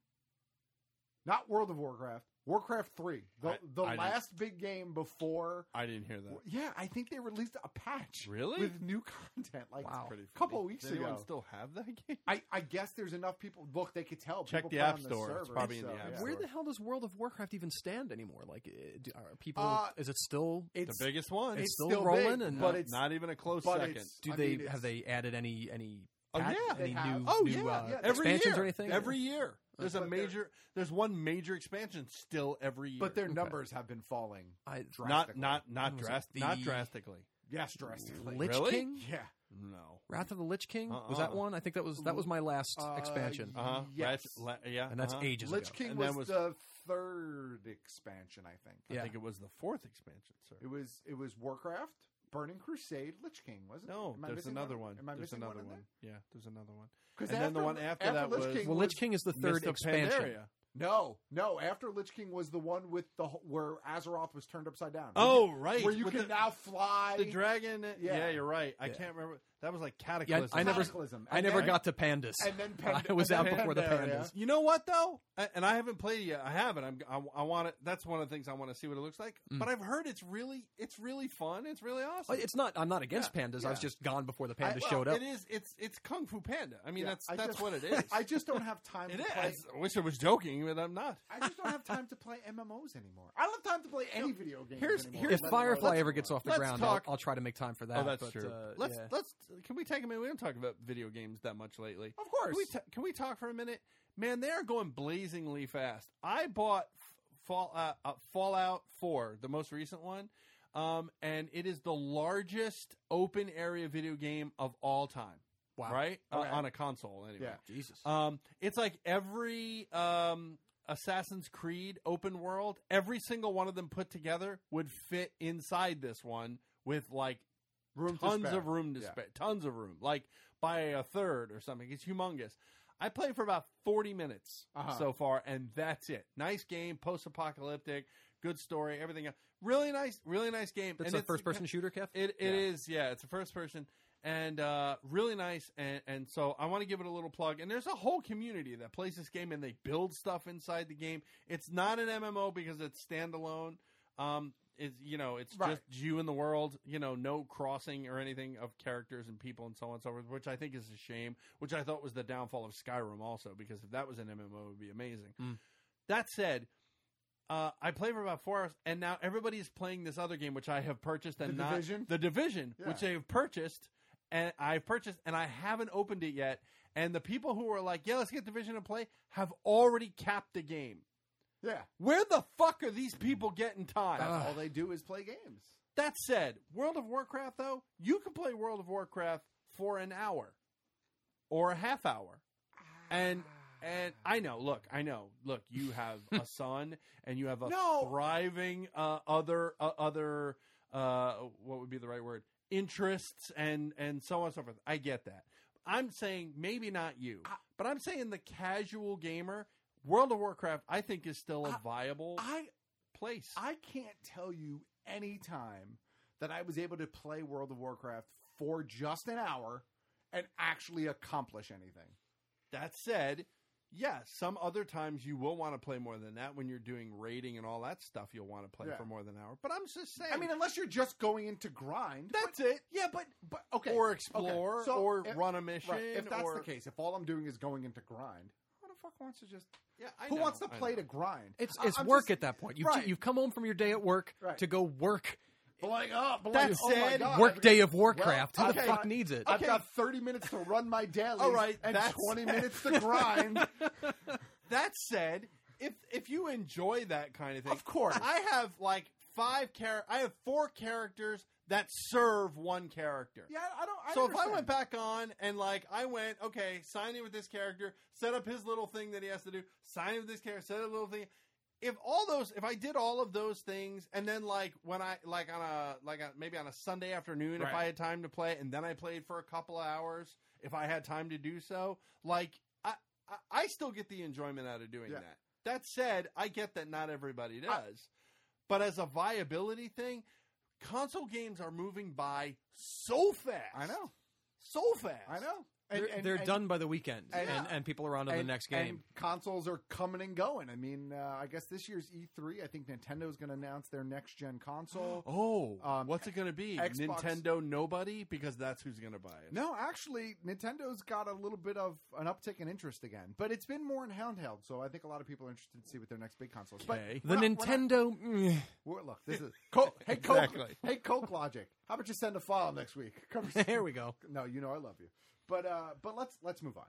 S4: Not World of Warcraft, Warcraft three, the
S10: I-
S4: the
S10: I didn't-
S4: last big game before.
S10: I didn't hear that.
S4: Yeah, I think they released a patch
S10: Really?
S4: with new content like
S2: Wow.
S10: Pretty
S4: a couple
S10: funny.
S4: weeks
S10: Does anyone
S4: ago.
S10: still have that game?
S4: I, I guess there's enough people. Look, they could tell.
S10: Check
S4: people
S10: the
S4: play
S10: App
S4: on
S10: Store. It's
S4: server,
S10: probably in
S4: so,
S10: the App
S4: yeah.
S10: Store.
S2: Where the hell does World of Warcraft even stand anymore? Like, uh, do- are people?
S4: Uh,
S2: is it still?
S4: It's
S10: the biggest one.
S2: It's
S4: it's
S2: still
S4: still big,
S2: rolling and
S10: but
S4: but it's-
S10: not even a close
S4: but
S10: second.
S4: it's-
S2: do
S4: I
S2: they
S4: mean, it's-
S2: have they added any any?
S10: Oh,
S2: patch-
S10: yeah,
S4: they
S2: any
S4: have.
S2: new,
S10: Oh
S2: new,
S10: yeah,
S2: uh,
S10: yeah. every
S2: expansions
S10: year,
S2: or anything?
S10: Every year, there's a
S4: But they're-
S10: major. There's one major expansion still every year,
S4: But their
S2: Okay.
S4: numbers have been falling.
S2: I,
S10: not not not
S2: Was it
S10: drast-
S2: the-
S10: not drastically.
S4: Yes, drastically.
S2: Lich
S10: Really?
S2: King.
S4: Yeah.
S10: No.
S2: Wrath of the Lich King was
S10: Uh-uh.
S2: that one? I think that was that was my last
S4: Uh,
S2: expansion,
S10: Uh huh.
S4: Yes.
S10: yeah,
S2: and that's
S10: uh-huh.
S2: Uh-huh. ages
S4: Uh, Lich
S2: ago.
S4: King
S10: And
S4: was,
S10: then was-
S4: the third expansion, I think.
S10: I
S2: yeah.
S10: think it was the fourth expansion, sir.
S4: It was it was Warcraft, Burning Crusade, Lich King, wasn't it?
S10: no,
S4: Am I
S10: there's
S4: missing
S10: another one.
S4: Am I
S10: there's
S4: missing
S10: another
S4: one?
S10: Yeah, there's another one.
S4: Because
S10: And then the one after that was-
S2: well, Lich King is the third
S10: Mr.
S2: expansion.
S10: Pandaria.
S12: No, no. After Lich King was the one with the wh- where Azeroth was turned upside down.
S4: Oh, right.
S12: Where you
S4: With
S12: can
S4: the-
S12: now fly
S4: The dragon. uh, Yeah, you're right. I
S2: Yeah.
S4: can't remember. That was like
S2: Yeah,
S4: cataclysm.
S2: I never,
S4: Cataclysm.
S2: I
S4: And
S2: never
S4: then-
S2: got to pandas.
S12: And then Panda-
S2: I was
S12: and
S2: out
S12: then
S2: before the
S12: Panda,
S2: pandas.
S12: yeah.
S4: You know what though? I, and I haven't played it yet. I haven't. I'm, I, I want it. That's one of the things I want to see what it looks like.
S2: Mm.
S4: But I've heard it's really, it's really fun. It's really
S2: Well,
S4: awesome.
S2: Oh, It's not. I'm not against
S4: Yeah,
S2: pandas. I was
S4: yeah.
S2: just gone before the
S4: I-
S2: pandas
S4: well,
S2: showed up.
S4: It is. It's it's Kung Fu Panda. I mean,
S12: Yeah,
S4: that's
S12: I
S4: that's
S12: just-
S4: what it is.
S12: I just don't have time.
S4: It
S12: to Play.
S4: is. I wish I was joking, but I'm not.
S12: I just don't have time to play MMOs anymore. I don't have time to play any video games
S4: here's-
S12: anymore.
S4: here's-
S2: if
S4: Let's-
S2: Firefly
S4: let's-
S2: ever gets off the
S4: let's
S2: ground,
S4: talk-
S2: I'll, I'll try to make time for that.
S4: oh, that's
S2: but,
S4: true.
S2: uh,
S4: let's
S2: yeah.
S4: let's. Can we take a minute? We don't talk about video games that much lately.
S12: of course.
S4: Can we, ta- can we talk for a minute? Man, they are going blazingly fast. I bought Fall, uh, uh, Fallout 4, the most recent one, um, and it is the largest open area video game of all time.
S2: Wow.
S4: Right? Uh,
S12: Okay.
S4: on a console, anyway.
S12: Yeah.
S2: Jesus.
S4: Um, it's like every um, Assassin's Creed open world, every single one of them put together would fit inside this one with like
S12: room to
S4: tons
S12: spare.
S4: of room to
S12: Yeah.
S4: spare, tons of room, like by a third or something. It's humongous. I played for about 40 minutes
S12: Uh-huh.
S4: so far, and that's it. Nice game, post apocalyptic, good story, everything else. Really nice, really nice game.
S2: That's
S4: and
S2: a first person shooter, Kev.
S4: It it
S2: Yeah.
S4: is, yeah. It's a first person and uh, really nice. And and so I want to give it a little plug. And there's a whole community that plays this game and they build stuff inside the game. It's not an MMO because it's standalone. Um, it's you know it's
S12: Right.
S4: just you and the world. You know, no crossing or anything of characters and people and so on and so forth, which I think is a shame. Which I thought was the downfall of Skyrim also because if that was an MMO, it would be amazing.
S2: Mm.
S4: That said. Uh, I played for about four hours, and now everybody's playing this other game, which I have purchased and
S12: The
S4: not
S12: Division?
S4: the division,
S12: Yeah.
S4: which they've purchased, and I've purchased, and I haven't opened it yet. And the people who are like, "Yeah, let's get division and play," have already capped the game.
S12: yeah.
S4: Where the fuck are these people getting time?
S12: That's all they do is play games.
S4: That said, World of Warcraft though, you can play World of Warcraft for an hour or a half hour. And and I know, look, I know. Look, you have a son and you have a
S12: No.
S4: thriving uh, other uh, other uh what would be the right word? interests and and so on and so forth. I get that. I'm saying maybe not you, but I'm saying the casual gamer World of Warcraft I think is still a
S12: I-
S4: viable
S12: I
S4: place.
S12: I can't tell you any time that I was able to play World of Warcraft for just an hour and actually accomplish anything.
S4: That said, yeah, some other times you will want to play more than that when you're doing raiding and all that stuff. You'll want to play
S12: Yeah.
S4: for more than an hour. But I'm just saying.
S12: I mean, unless you're just going into grind.
S4: that's
S12: but-
S4: it.
S12: Yeah, but but okay.
S4: Or
S12: okay,
S4: explore,
S12: so
S4: or
S12: if-
S4: run a mission.
S12: right, if that's
S4: or,
S12: the case, if all I'm doing is going into grind, who the fuck wants to just
S4: yeah, I
S12: who
S4: know,
S12: wants to
S4: I
S12: play
S4: know.
S12: to grind?
S2: It's
S12: I-
S2: it's
S12: I'm
S2: work
S12: just-
S2: at that point. You've
S12: Right.
S2: you've come home from your day at work
S12: Right.
S2: to go work.
S12: Like, oh, but
S4: That
S12: like, oh my
S4: said,
S12: God,
S2: work
S12: I've
S2: day
S12: got-
S2: of Warcraft.
S12: Well,
S2: Who the
S12: okay,
S2: fuck
S12: I-
S2: needs it?
S12: I've
S4: Okay.
S12: got 30 minutes to run my daily.
S4: All right,
S12: and
S4: that's-
S12: 20 minutes to grind.
S4: That said, if if you enjoy that kind of thing,
S12: Of course.
S4: I have like five char- I have four characters that serve one character.
S12: Yeah, I don't. I
S4: so if I
S12: understand.
S4: went back on and like I went, okay, sign in with this character, set up his little thing that he has to do, sign in with this character, set up a little thing. If all those, if I did all of those things, and then like when I like on a like a, maybe on a Sunday afternoon, if
S12: Right.
S4: I had time to play, and then I played for a couple of hours, if I had time to do so, like I I- I still get the enjoyment out of doing
S12: Yeah.
S4: that. That said, I get that not everybody does, but as a viability thing, console games are moving by so fast.
S12: I know.
S4: So fast.
S12: I know.
S2: they're they're done by the weekend,
S12: and-
S2: and,
S12: Yeah.
S2: and, people are on to the
S12: and-
S2: next game.
S12: and consoles are coming and going. I mean, uh, I guess this year's E3, I think Nintendo's going to announce their next gen console.
S4: Oh,
S2: Uh,
S12: Um,
S4: what's it going to be?
S12: Xbox-
S4: Nintendo nobody because that's who's going to buy it.
S12: No, actually, Nintendo's got a little bit of an uptick in interest again, but it's been more in handheld. So I think a lot of people are interested to see what their next big console is. But
S4: Okay.
S12: we're
S2: the
S12: not- we're not-
S2: Nintendo. mm,
S12: we're- look, this is Co- hey Coke,
S4: Exactly.
S12: hey Coke Logic. How about you send a file next week? Come-
S2: There we go.
S12: No, you know I love you, but uh, but let's let's move on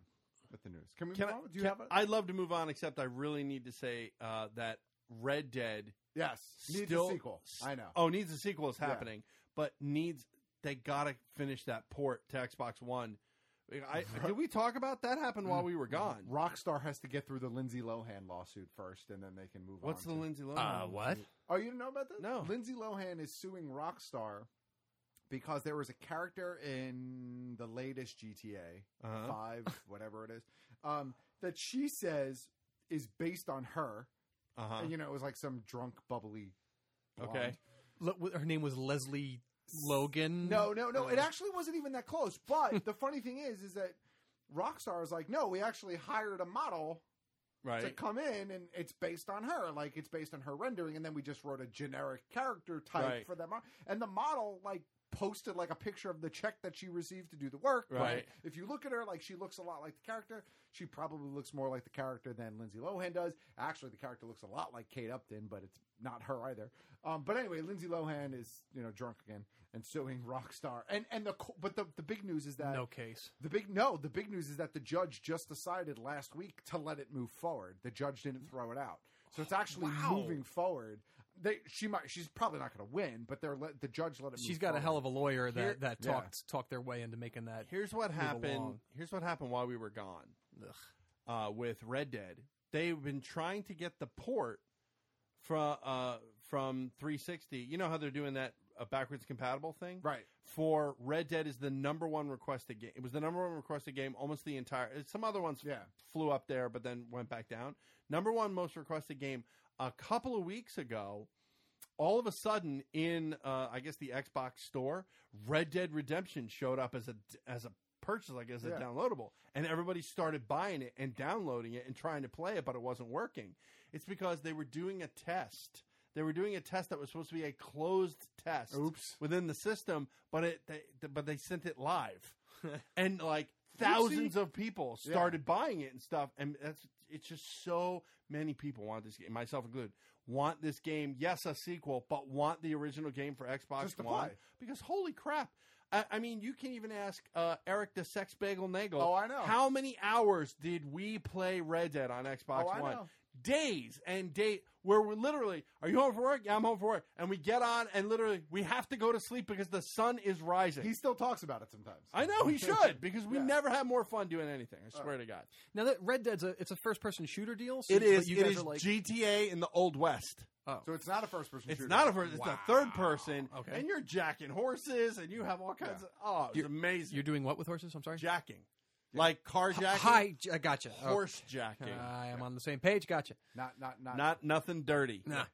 S12: with the news. Can we?
S4: Can
S12: move
S4: I,
S12: on? Do you
S4: can-
S12: have a?
S4: I'd love to move on, except I really need to say uh, that Red Dead
S12: yes, needs
S4: still
S12: a sequel. I know.
S4: Oh, needs a sequel is
S12: Yeah.
S4: happening, but needs they gotta finish that port to Xbox One. I, did we talk about that happened while we were gone?
S12: Rockstar has to get through the Lindsay Lohan lawsuit first, and then they can move
S4: What's
S12: on.
S4: the
S12: to-
S4: Lindsay Lohan?
S2: Uh, what?
S12: Oh, you didn't know about this?
S4: No.
S12: Lindsay Lohan is suing Rockstar because there was a character in the latest GTA
S4: Uh-huh.
S12: five, whatever it is, um, that she says
S4: is based on her.
S2: Uh-huh.
S4: And, you know, it was like some drunk, bubbly. blonde.
S2: Okay. Le- her name was Leslie Logan.
S4: No, no, no. It actually wasn't even that close. But the funny thing is, is that Rockstar is like, no, we actually hired a model to
S10: Right.
S4: come in, and it's based on her. Like it's based on her rendering, and then we just wrote a generic character type
S10: Right.
S4: for that model. And the model like posted like a picture of the check that she received to do the work. But
S10: Right.
S4: if you look at her, like she looks a lot like the character. She probably looks more like the character than Lindsay Lohan does. Actually, the character looks a lot like Kate Upton, but it's not her either. Um, but anyway, Lindsay Lohan is you know drunk again and suing Rockstar. And and the co- but the the big news is that
S2: No case.
S4: the big no, the big news is that the judge just decided last week to let it move forward. The judge
S10: Hmm.
S4: didn't throw it out, so it's actually
S2: Wow.
S4: moving forward. They, she might, she's probably not going to win, but they're let, the judge let it.
S2: She's got a hell of a lawyer that,
S10: Here-
S2: that
S10: Yeah.
S2: talked talked their way into making that.
S10: Here's what
S2: move
S10: happened.
S2: along.
S10: Here's what happened while we were gone. Uh, with Red Dead, they've been trying to get the port from uh, from 360. You know how they're doing that uh, backwards compatible thing,
S4: right?
S10: For Red Dead is the number one requested game. It was the number one requested game almost the entire. Some other ones flew up there, but then went back down. Number one most requested game a couple of weeks ago. All of a sudden, in uh, I guess the Xbox store, Red Dead Redemption showed up as a as a purchase, like as a
S4: Yeah.
S10: downloadable, and everybody started buying it and downloading it and trying to play it, but it wasn't working. It's because they were doing a test. They were doing a test that was supposed to be a closed test
S4: Oops.
S10: within the system, but it they, but they sent it live, and like thousands of people
S4: Yeah.
S10: started buying it and stuff. And that's it's just so many people want this game, myself included, want this game. Yes, a sequel, but want the original game for Xbox
S4: Just to
S10: One
S4: play.
S10: because holy crap. I I mean, you can even ask uh, Eric the Sex Bagel Nagel.
S4: Oh, I know.
S10: How many hours did we play Red Dead on Xbox
S4: Oh, I
S10: One?
S4: know.
S10: Days and date where we're literally, are you home from work? Yeah, I'm home from work. And we get on and literally we have to go to sleep because the sun is rising.
S4: He still talks about it sometimes.
S10: I know he should because we never had more fun doing anything. I swear to God.
S2: Now that Red Dead's a it's a first person shooter deal. So
S10: It
S2: but
S10: is.
S2: You
S10: it
S2: guys
S10: is
S2: are like
S10: GTA in the Old West.
S2: oh.
S4: So it's not a first person.
S10: It's
S4: shooter.
S10: not a first. It's
S4: Wow.
S10: a third person.
S2: Okay.
S10: And you're jacking horses, and you have all kinds of. Oh, it's
S2: You're-
S10: amazing.
S2: You're doing what with horses? I'm sorry.
S10: Jacking, like carjacking.
S2: Hi, I gotcha. Oh.
S10: Horse jacking.
S2: I am on the same page. Gotcha.
S4: Not not not.
S10: Not nothing dirty.
S2: Nah.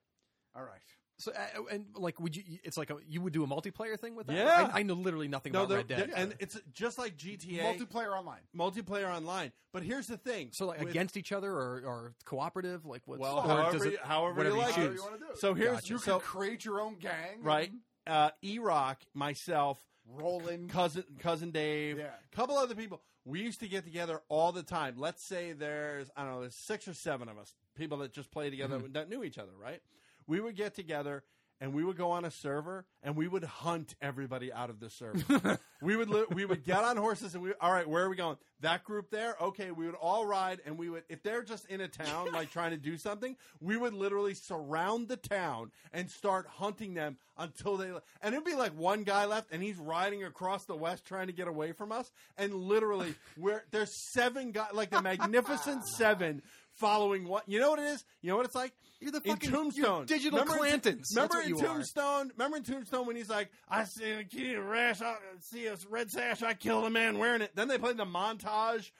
S4: All right.
S2: So uh, and like, would you? It's like a, you would do a multiplayer thing with that.
S10: Yeah.
S2: I, I know literally nothing
S10: No,
S2: about
S10: the-
S2: Red Dead.
S10: the- and it's just like GTA
S4: Multiplayer online.
S10: multiplayer online. But here's the thing.
S2: so like
S10: with-
S2: against each other or, or cooperative, like what?
S10: well, however, you- however you
S2: whatever you
S10: like.
S2: choose.
S4: you wanna do it.
S10: So here's
S2: Gotcha.
S4: You
S10: so
S4: can create your own gang.
S10: right. Uh, E Rock, myself,
S4: Rolling.
S10: cousin cousin Dave,
S4: Yeah.
S10: couple other people. We used to get together all the time. Let's say there's I don't know, there's six or seven of us, people that just play together
S4: Mm-hmm.
S2: Mhm.
S10: that knew each other, right? We would get together and we would go on a server and we would hunt everybody out of the server. we would li- we would get on horses and we all right, where are we going? That group there, okay. We would all ride and we would if they're just in a town like trying to do something, we would literally surround the town and start hunting them until they and it'd be like one guy left and he's riding across the west trying to get away from us and literally where there's seven guys like the magnificent seven following what you know what it is you know what it's like
S2: You're the
S10: in
S2: fucking-
S10: Tombstone.
S2: you're digital
S10: remember in-
S2: Clantons. That's
S10: remember
S2: what
S10: in
S2: you are.
S10: Tombstone? Remember in Tombstone when he's like, I see a kid in a rash, I see a red sash, I killed a man wearing it. Then they played the montage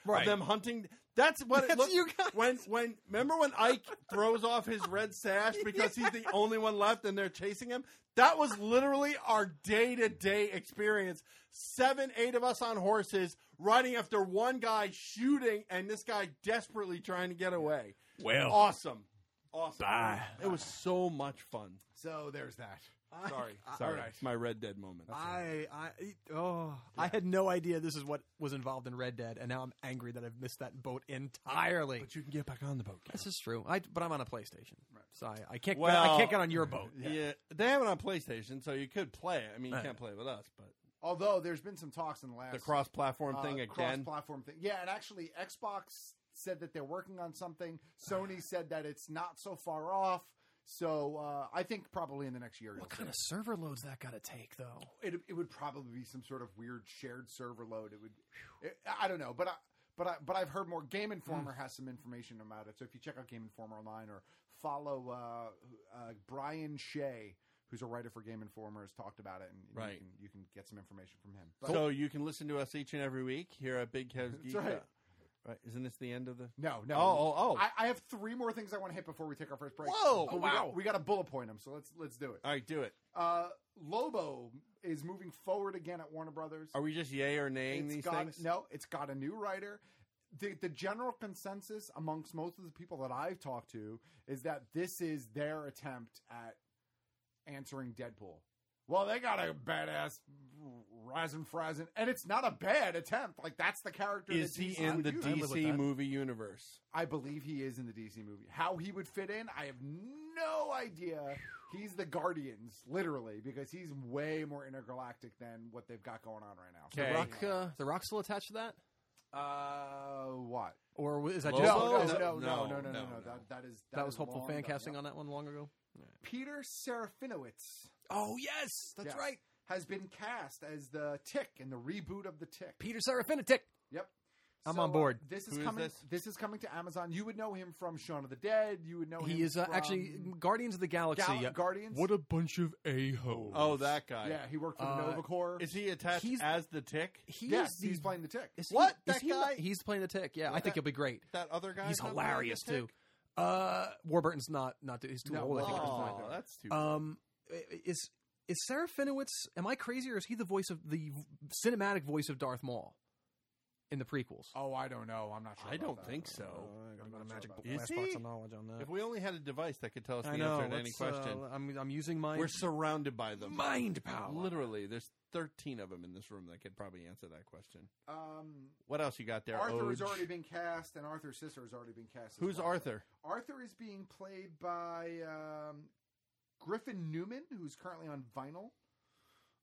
S2: Right.
S10: of them hunting. That's what it
S2: That's
S10: looks
S2: you guys.
S10: when when remember when Ike throws off his red sash because he's the only one left and they're chasing him? That was literally our day to day experience. Seven, eight of us on horses riding after one guy shooting and this guy desperately trying to get away.
S11: Well.
S10: awesome. Awesome. It was so much fun.
S4: So there's that.
S10: Sorry.
S2: I-
S10: Sorry.
S2: alright.
S10: It's my Red Dead moment.
S2: I, I, oh, I had no idea this is what was involved in Red Dead, and now I'm angry that I've missed that boat entirely.
S10: But you can get back on the boat.
S2: this is true. I, but I'm on a PlayStation, so I, I can't.
S10: Well-
S2: I can't get on your boat.
S10: Yeah. They have it on PlayStation, so you could play it. I mean, you
S2: Right.
S10: can't play it with us, but
S4: Although there's been some talks in the last
S10: the cross platform thing
S4: uh,
S10: again.
S4: Cross-platform thing. Yeah, and actually, Xbox said that they're working on something. Sony said that it's not so far off. So uh, I think probably in the next year.
S2: What
S4: you'll see
S2: kind of server loads that got to take though?
S4: it, it would probably be some sort of weird shared server load. It would, it, I don't know, but I, but I, but I've heard more. Game Informer
S10: Mm.
S4: has some information about it. So if you check out Game Informer online or follow uh, uh, Brian Shea, who's a writer for Game Informer, has talked about it, and
S10: Right.
S4: you, can, you can get some information from him.
S10: So you can listen to us each and every week here at Big Kev's
S4: That's
S10: Geek.
S4: right.
S10: Out. Right? Isn't this the end of the?
S4: No, no.
S10: Oh, oh, oh.
S4: I, I have three more things I want to hit before we take our first break.
S10: Whoa,
S4: But we
S10: wow.
S4: Got, we got to bullet point them, so let's let's do it.
S10: All right, do it.
S4: Uh, Lobo is moving forward again at Warner Brothers.
S10: Are we just yay or naying
S4: It's
S10: these
S4: got,
S10: things?
S4: No, it's got a new writer. The, the general consensus amongst most of the people that I've talked to is that this is their attempt at answering Deadpool. Well, they got a badass Razzin Frazzin, and it's not a bad attempt. Like that's the character.
S10: Is
S4: that
S10: he
S4: DC
S10: in
S4: would
S10: the
S4: use.
S10: DC movie universe?
S4: I believe he is in the DC movie. How he would fit in, I have no idea. He's the Guardians, literally, because he's way more intergalactic than what they've got going on right now.
S2: The Rock, uh, the Rock still attached to that,
S4: Uh, what?
S2: or is that
S4: No,
S2: just
S4: no,
S2: is
S4: no,
S2: that-
S4: no, no, no, no, no, That, that is
S2: that, was
S4: is
S2: hopeful
S4: long
S2: fan
S4: done,
S2: casting
S4: yeah.
S2: on that one long ago?
S4: Peter Serafinowicz.
S2: Oh yes, that's
S4: Yes.
S2: right.
S4: Has been cast as the Tick in the reboot of the Tick.
S2: Peter Serafinitic.
S4: Yep.
S2: I'm
S4: So,
S2: on board.
S4: uh, this is
S2: Who is
S4: coming.
S2: this?
S4: is coming to Amazon. You would know him from Shaun of the Dead. You would know Oh, him.
S2: He is uh,
S4: from-
S2: actually Guardians of the Galaxy.
S4: Gal-
S2: yeah.
S4: Guardians?
S2: What a bunch of a hoes.
S10: Oh, that guy.
S4: Yeah, he worked for
S2: Uh,
S4: Nova Corps.
S10: Is he attached as the Tick?
S2: He
S4: yes,
S2: is the-
S4: he's playing the Tick.
S2: Is he-
S10: What?
S2: is
S10: That
S2: he the-
S10: guy?
S2: he's playing the tick. Yeah, I think
S10: that-
S2: he'll be great.
S10: That other guy?
S2: he's hilarious too. Uh, Warburton's not not he's too
S10: No,
S2: old. I think at this
S10: aw,
S2: point.
S10: that's too
S2: Um, i- is is Sarah Finowitz? Am I crazy or is he the voice of the cinematic voice of Darth Maul in the prequels?
S4: Oh, I don't know. I'm not sure.
S10: I
S4: about
S10: don't
S4: that. Uh,
S10: think so.
S2: I'm not a magic
S10: Is
S2: blast
S10: he?
S2: box of knowledge on that.
S10: If we only had a device that could tell us the
S2: I know.
S10: answer to any
S2: let's, uh,
S10: question,
S2: I'm I'm using my
S10: we're surrounded by them.
S2: Mind power.
S10: Literally, there's 13 of them in this room that could probably answer that question.
S4: Um,
S10: What else you got there?
S4: Arthur has
S10: Oj?
S4: already been cast, and Arthur's sister has already been cast. as
S10: Who's
S4: well.
S10: Arthur?
S4: Arthur is being played by um, Griffin Newman, who's currently on Vinyl.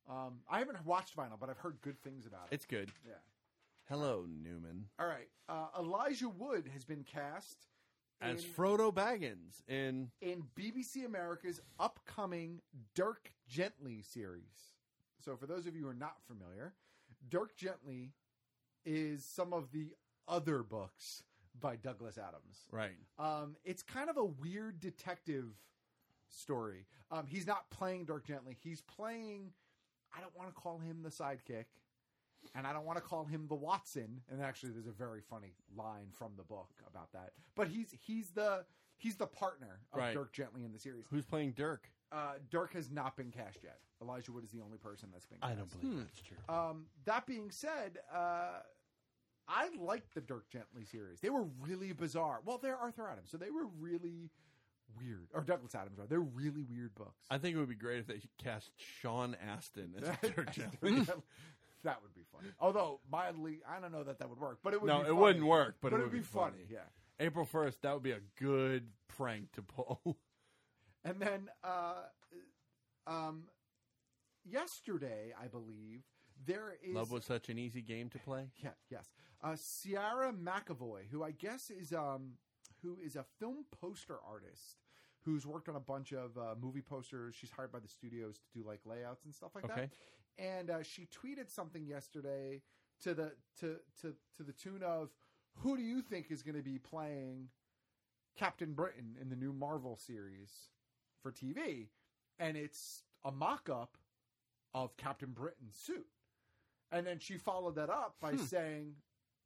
S4: Um, I haven't watched Vinyl, but I've heard good things about it.
S10: It's good.
S4: yeah.
S10: Hello, Newman.
S4: All right. Uh, Elijah Wood has been cast
S10: As
S4: in-
S10: Frodo Baggins in
S4: in BBC America's upcoming Dirk Gently series. So, for those of you who are not familiar, Dirk Gently is some of the other books by Douglas Adams.
S10: right.
S4: Um, it's kind of a weird detective story. Um, he's not playing Dirk Gently. He's playing. I don't want to call him the sidekick, and I don't want to call him the Watson. And actually, there's a very funny line from the book about that. But he's he's the he's the partner of
S10: Right.
S4: Dirk Gently in the series.
S10: Who's playing Dirk?
S4: Uh, Dirk has not been cast yet. Elijah Wood is the only person that's been. Cast.
S10: that's true.
S4: Um, that being said, uh, I liked the Dirk Gently series. They were really bizarre. Well, they're Arthur Adams, so they were really weird. Or Douglas Adams, right? They're really weird books.
S10: I think it would be great if they cast Sean Astin as Dirk Gently.
S4: that would be funny. Although mildly, I don't know that that would work. But it would
S10: no,
S4: be
S10: it
S4: funny.
S10: wouldn't work, but,
S4: But,
S10: it would be, funny.
S4: Yeah.
S10: April first, that would be a good prank to pull.
S4: And then, uh, um, yesterday, I believe there is
S10: Love was such an easy game to play.
S4: Yeah, yes. Uh, Ciara McAvoy, who I guess is um, who is a film poster artist who's worked on a bunch of uh, movie posters. She's hired by the studios to do like layouts and stuff like
S10: Okay.
S4: that. And uh, she tweeted something yesterday to the to to to the tune of, "Who do you think is going to be playing Captain Britain in the new Marvel series for TV?" And it's a mock-up of Captain Britain's suit. And then she followed that up by
S10: Hmm.
S4: saying,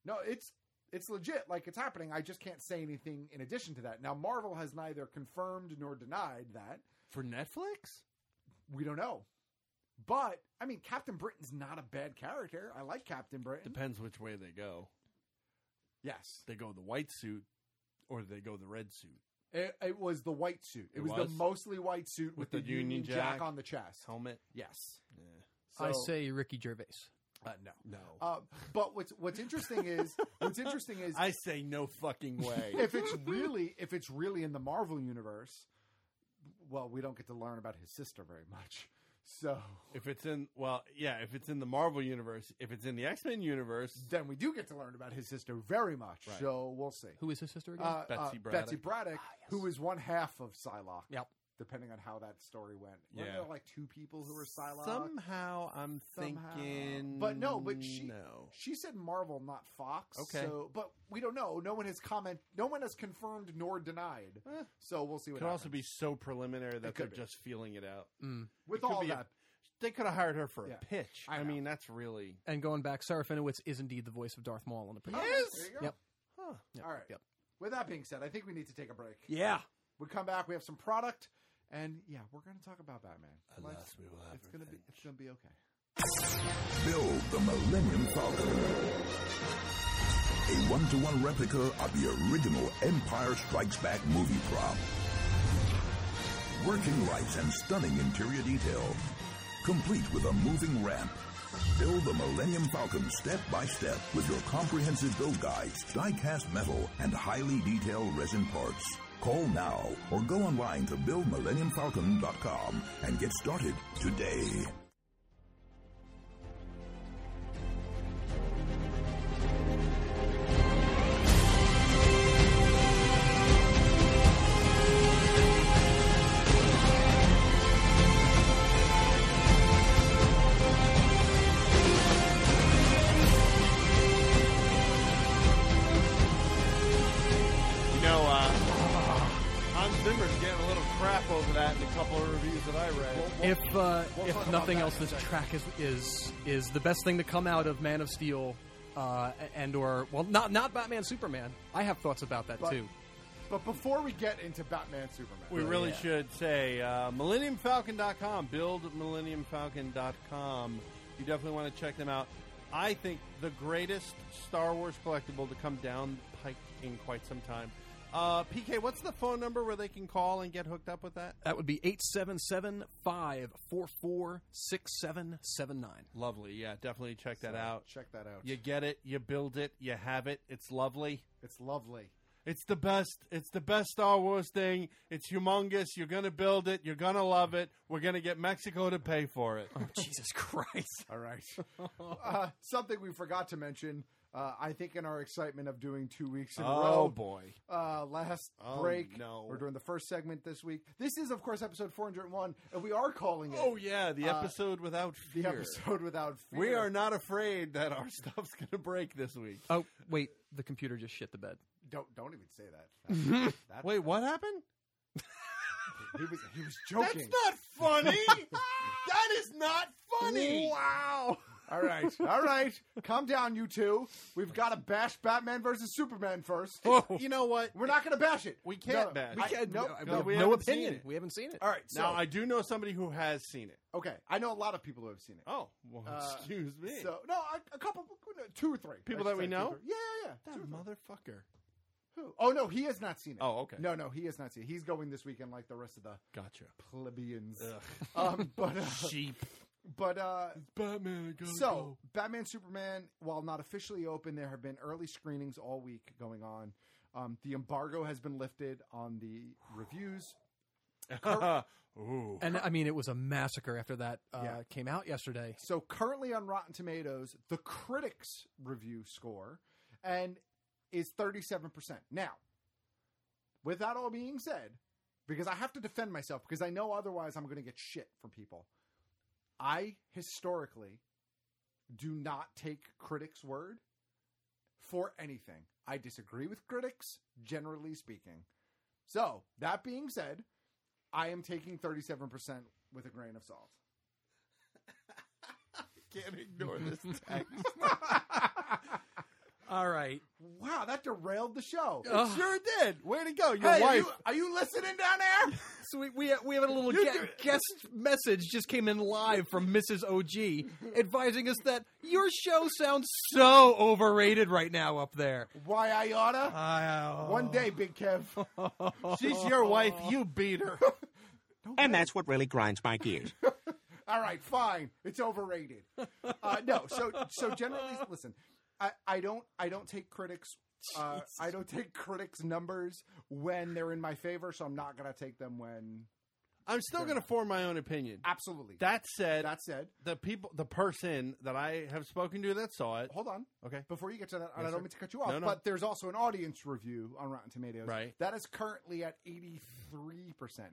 S4: "No, it's it's legit. Like it's happening. I just can't say anything in addition to that." Now Marvel has neither confirmed nor denied that.
S10: For Netflix?
S4: We don't know. But I mean, Captain Britain's not a bad character. I like Captain Britain.
S10: Depends which way they go.
S4: yes,
S10: They go the white suit or they go the red suit.
S4: it, it was the white suit. It,
S10: It
S4: was,
S10: was?
S4: the mostly white suit with, the, Union, Jack. on the chest.
S10: Helmet?
S4: Yes.
S2: I
S4: So-
S2: say Ricky Gervais.
S4: Uh, no.
S10: No.
S4: Uh, but what's what's interesting is what's interesting is
S10: I say no fucking way.
S4: if it's really if it's really in the Marvel universe, well, we don't get to learn about his sister very much. So
S10: if it's in well, yeah, if it's in the Marvel universe, if it's in the X Men universe,
S4: then we do get to learn about his sister very much.
S10: Right.
S4: So we'll see.
S2: Who is his sister again?
S4: Uh, uh,
S10: Betsy Braddock.
S4: Betsy Braddock, who is one half of Psylocke.
S2: Yep.
S4: Depending on how that story went.
S10: Yeah.
S4: Weren't there like two people who were Psylocke?
S10: somehow I'm
S4: Somehow.
S10: thinking
S4: But no, but she
S10: no.
S4: she said Marvel, not Fox.
S10: Okay.
S4: So, but we don't know. No one has comment. No one has confirmed nor denied.
S10: Eh.
S4: So we'll see what
S10: could also be
S4: happens.
S10: so preliminary that
S4: could
S10: they're
S4: be.
S10: just feeling it out.
S2: Mm.
S4: with
S10: could
S4: all
S10: be a-
S4: that.
S10: They could have hired her for
S4: Yeah.
S10: a pitch.
S4: I
S10: I,
S4: know.
S10: mean, that's really
S2: And going back, Sarah Finowitz is indeed the voice of Darth Maul in the prequels.
S4: Yes. There you go.
S2: Yep.
S4: All right. With that being said, I think we need to take a break.
S10: Yeah.
S4: We come back. We have some product, and yeah, we're going to talk about Batman. Let's-
S10: Alas, we will have
S4: it's going to be it's going to be okay.
S12: Build the Millennium Falcon. A one to one replica of the original Empire Strikes Back movie prop. Working lights and stunning interior detail. Complete with a moving ramp. Build the Millennium Falcon step by step with your comprehensive build guides, die cast metal, and highly detailed resin parts. Call now or go online to buildmillenniumfalcon.com and get started today.
S13: You know, uh, Hans Zimmer's getting a little crap over that in a couple of reviews that I read.
S2: If uh,
S13: We'll talk
S2: if
S13: about
S2: nothing
S13: that
S2: else,
S13: in a
S2: this
S13: second.
S2: track is is is the best thing to come out of Man of Steel, uh, and or well, not not Batman Superman. I have thoughts about that
S4: But-
S2: too.
S4: But before we get into Batman Superman,
S10: We really should say uh, MillenniumFalcon.com. Build MillenniumFalcon.com. You definitely want to check them out. I think the greatest Star Wars collectible to come down the pike in quite some time. Uh, PK, what's the phone number where they can call and get hooked up with that?
S2: That would be 877 544 6779.
S10: Lovely. Yeah, definitely check that
S2: So,
S10: out.
S4: Check that out.
S10: You get it, you build it, you have it. It's lovely.
S4: It's lovely.
S10: It's the best. It's the best Star Wars thing. It's humongous. You're going to build it. You're going to love it. We're going to get Mexico to pay for it. Oh,
S2: Jesus Christ.
S4: All right. uh, something we forgot to mention. Uh, I think in our excitement of doing two weeks in a
S10: Oh,
S4: row,
S10: boy.
S4: Uh, last
S10: Oh,
S4: break,
S10: no.
S4: we're doing the first segment this week. This is, of course, episode four hundred one, and we are calling it.
S10: Oh, yeah. The
S4: uh,
S10: episode without
S4: the
S10: fear.
S4: episode without fear.
S10: We are not afraid that our stuff's going to break this week.
S2: Oh, wait. The computer just shit the bed.
S4: Don't don't even say that. That-
S10: Wait, what happened?
S4: he was he was joking.
S10: That's not funny. that is not funny.
S4: Wow. All right, all right. Calm down, you two. We've got to bash Batman versus Superman first.
S10: You know what?
S4: We're not going to bash it.
S10: We can't
S4: No,
S10: bash.
S4: We can't. No,
S10: I-
S4: no,
S10: we
S4: no
S10: haven't seen
S4: opinion.
S10: it.
S2: We haven't seen it.
S4: All right,
S10: now
S4: so-
S10: I do know somebody who has seen it.
S4: Okay, I know a lot of people who have seen it.
S10: Oh, well,
S4: Uh,
S10: excuse me.
S4: So no, a, a couple, no, two or three
S10: People that
S4: I should
S10: we
S4: say,
S10: know?
S4: two or three. Yeah, yeah, yeah.
S10: that
S4: Two or three.
S10: motherfucker.
S4: Who? Oh no, he has not seen it.
S10: Oh, okay.
S4: No, no, he has not seen it. He's going this weekend, like the rest of the
S10: Gotcha.
S4: plebeians.
S10: Ugh.
S4: Um, but uh,
S10: sheep.
S4: But uh,
S10: Batman. gotta
S4: so
S10: go.
S4: Batman Superman, while not officially open, there have been early screenings all week going on. Um, the embargo has been lifted on the reviews.
S10: Ooh.
S2: And I mean, it was a massacre after that uh,
S4: Yeah.
S2: came out yesterday.
S4: So currently on Rotten Tomatoes, the critics review score and is 37%. Now, with that all being said, because I have to defend myself because I know otherwise I'm going to get shit from people. I historically do not take critics' word for anything. I disagree with critics generally speaking. So, that being said, I am taking 37% with a grain of salt.
S10: Can't ignore this text.
S2: All right.
S4: Wow, that derailed the show.
S10: It sure did. Way to go. Your
S4: Hey, are
S10: wife.
S4: you, are you listening down there?
S2: So we we, we have a little
S4: You
S2: ge-
S4: do-
S2: guest message just came in live from Mrs. OG advising us that your show sounds so overrated right now up there.
S4: Why I oughta?
S10: Oh.
S2: Uh,
S4: One day, Big Kev.
S10: She's your wife. You beat her.
S14: And that's what really grinds my gears.
S4: All right, fine. It's overrated. Uh, no, so so generally, listen. I, I don't I don't take critics. Uh, I don't take critics' numbers when they're in my favor, so I'm not gonna take them when.
S10: I'm still going to form my own opinion.
S4: Absolutely.
S10: That said,
S4: That said,
S10: the people, the person that I have spoken to that saw it.
S4: hold on.
S10: Okay.
S4: Before you get to that, and
S10: Yes,
S4: I don't
S10: sir.
S4: mean to cut you off,
S10: No, no.
S4: but there's also an audience review on Rotten Tomatoes.
S10: Right.
S4: That is currently at 83%.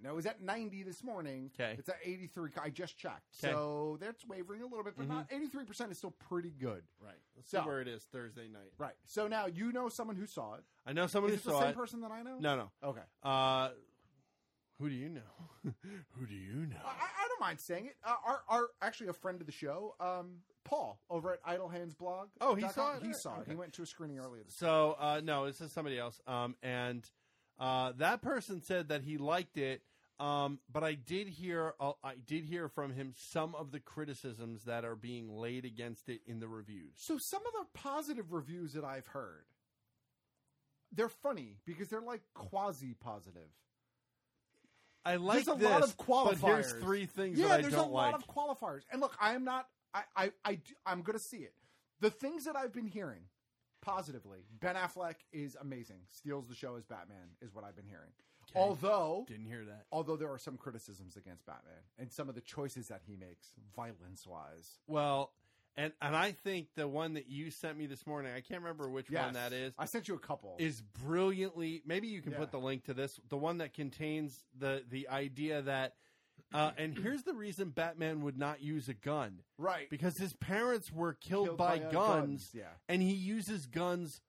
S4: Now, it was at 90 this morning.
S10: 'Kay.
S4: It's at 83. I just checked.
S10: 'Kay.
S4: So that's wavering a little bit, but not 83% is still pretty good.
S10: Mm-hmm. Right. Let's
S4: So-
S10: see where it is Thursday night.
S4: Right. So now you know someone who saw it.
S10: I know someone
S4: is it
S10: who
S4: the
S10: saw
S4: same
S10: it.
S4: person that I know?
S10: No, no.
S4: Okay.
S10: Uh, who do you know? who do you know?
S4: I, I don't mind saying it. Uh, our, our actually a friend of the show, um, Paul over at Idle Hands blog.
S10: Oh, he
S4: dot
S10: saw
S4: com.
S10: it?
S4: He saw it.
S10: Okay.
S4: He went to a screening earlier this
S10: So uh, no, this is somebody else. Um, and uh, that person said that he liked it. Um, but I did hear uh, I did hear from him some of the criticisms that are being laid against it in the reviews.
S4: So some of the positive reviews that I've heard, they're funny because they're like quasi positive.
S10: I like
S4: there's a
S10: this,
S4: lot of
S10: but
S4: qualifiers.
S10: here's three things
S4: yeah,
S10: that I
S4: there's
S10: don't
S4: a
S10: like.
S4: lot of qualifiers. And look, I am not. I I, I do- I'm going to see it. The things that I've been hearing positively, Ben Affleck is amazing. Steals the show as Batman is what I've been hearing. Although
S10: didn't hear that.
S4: Although there are some criticisms against Batman and some of the choices that he makes, violence wise.
S10: Well, and and I think the one that you sent me this morning, I can't remember which one that is.
S4: I sent you a couple.
S10: is brilliantly maybe you can
S4: Yeah.
S10: put the link to this the one that contains the the idea that uh, and here's the reason batman would not use a gun
S4: right
S10: because his parents were killed,
S4: Killed
S10: by,
S4: by, uh,
S10: guns,
S4: guns, yeah.
S10: and he uses guns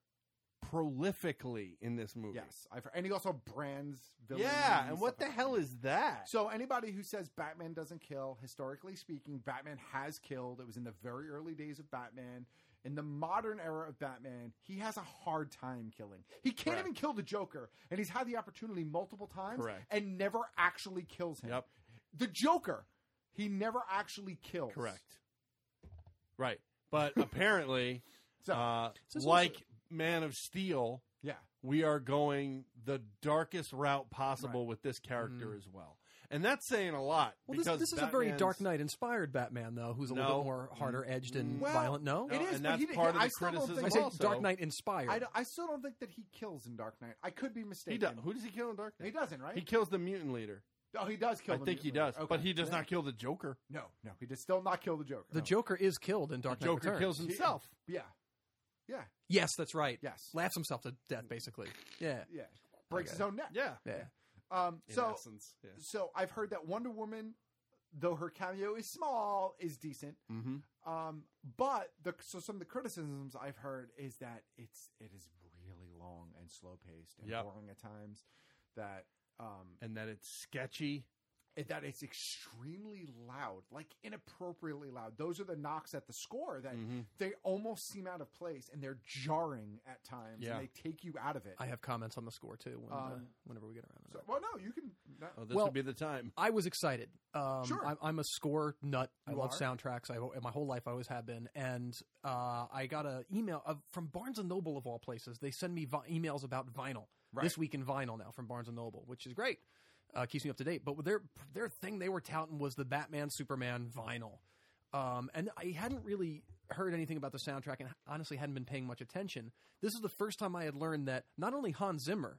S10: prolifically in this movie
S4: Yes, I've heard, and he also brands villains.
S10: yeah and what the
S4: hell?
S10: hell is that
S4: So anybody who says Batman doesn't kill, historically speaking, Batman has killed. It was in the very early days of Batman. In the modern era of Batman, he has a hard time killing. He can't even kill the Joker, and he's had the opportunity multiple times
S10: Correct.
S4: and never actually kills him. The Joker, he never actually kills.
S10: Correct. right but apparently uh,
S4: so- so-
S10: like man of steel
S4: Yeah.
S10: we are going the darkest route possible with this character
S2: Mm.
S10: as well and that's saying a lot
S2: Well, this,
S10: because
S2: this is a very
S10: Batman's-
S2: Dark Knight inspired Batman, though, who's a little
S10: No.
S2: bit more harder edged and
S10: Well,
S2: violent. No,
S10: no, It is, uh, and but that's he didn't- part of yeah, the I still don't criticism
S2: I say
S10: also.
S2: Dark Knight inspired.
S4: I, d- I still don't think that he kills in Dark Knight. I could be mistaken.
S10: does- who does he kill in Dark Knight?
S4: He doesn't, right?
S10: He kills the mutant leader.
S4: oh, he does kill.
S10: I
S4: the
S10: think he
S4: Mutant Leader.
S10: does, but
S4: Okay.
S10: he does
S4: Yeah.
S10: not kill the Joker.
S4: No, no, he did still not kill the Joker.
S2: the Joker is killed in Dark
S10: The
S2: Knight.
S10: Joker
S2: Returns.
S10: kills himself.
S4: Yeah, yeah,
S2: Yes, that's right.
S4: Yes,
S2: laughs himself to death, basically. Yeah,
S4: yeah. Breaks his
S2: Okay.
S4: own neck.
S10: Yeah.
S2: yeah.
S4: Um,
S2: In
S4: so,
S2: essence, yeah.
S4: so I've heard that Wonder Woman, though her cameo is small, is decent.
S10: Mm-hmm.
S4: Um, but the so some of the criticisms I've heard is that it's it is really long and slow paced and
S10: Yep.
S4: boring at times. That um,
S10: and that it's sketchy.
S4: That it's extremely loud, like inappropriately loud. Those are the knocks at the score that
S10: Mm-hmm.
S4: they almost seem out of place and they're jarring at times.
S2: Yeah.
S4: and they take you out of it.
S2: I have comments on the score too. When, uh,
S4: Um,
S2: whenever we get around to
S4: So, well, no, you can. no.
S10: Oh, this
S2: Well-
S10: would be the time.
S2: I was excited. Um,
S4: Sure.
S2: I'm, I'm a score nut. I
S4: You
S2: love
S4: are?
S2: soundtracks. I my whole life I always have been. And uh, I got an email of, from Barnes and Noble of all places. They send me vi- emails about vinyl.
S4: Right.
S2: This week in vinyl now from Barnes and Noble, which is great. Uh, keeps me up to date. But their their thing they were touting was the Batman Superman vinyl. Um, and I hadn't really heard anything about the soundtrack, and honestly hadn't been paying much attention. This is the first time I had learned that not only Hans Zimmer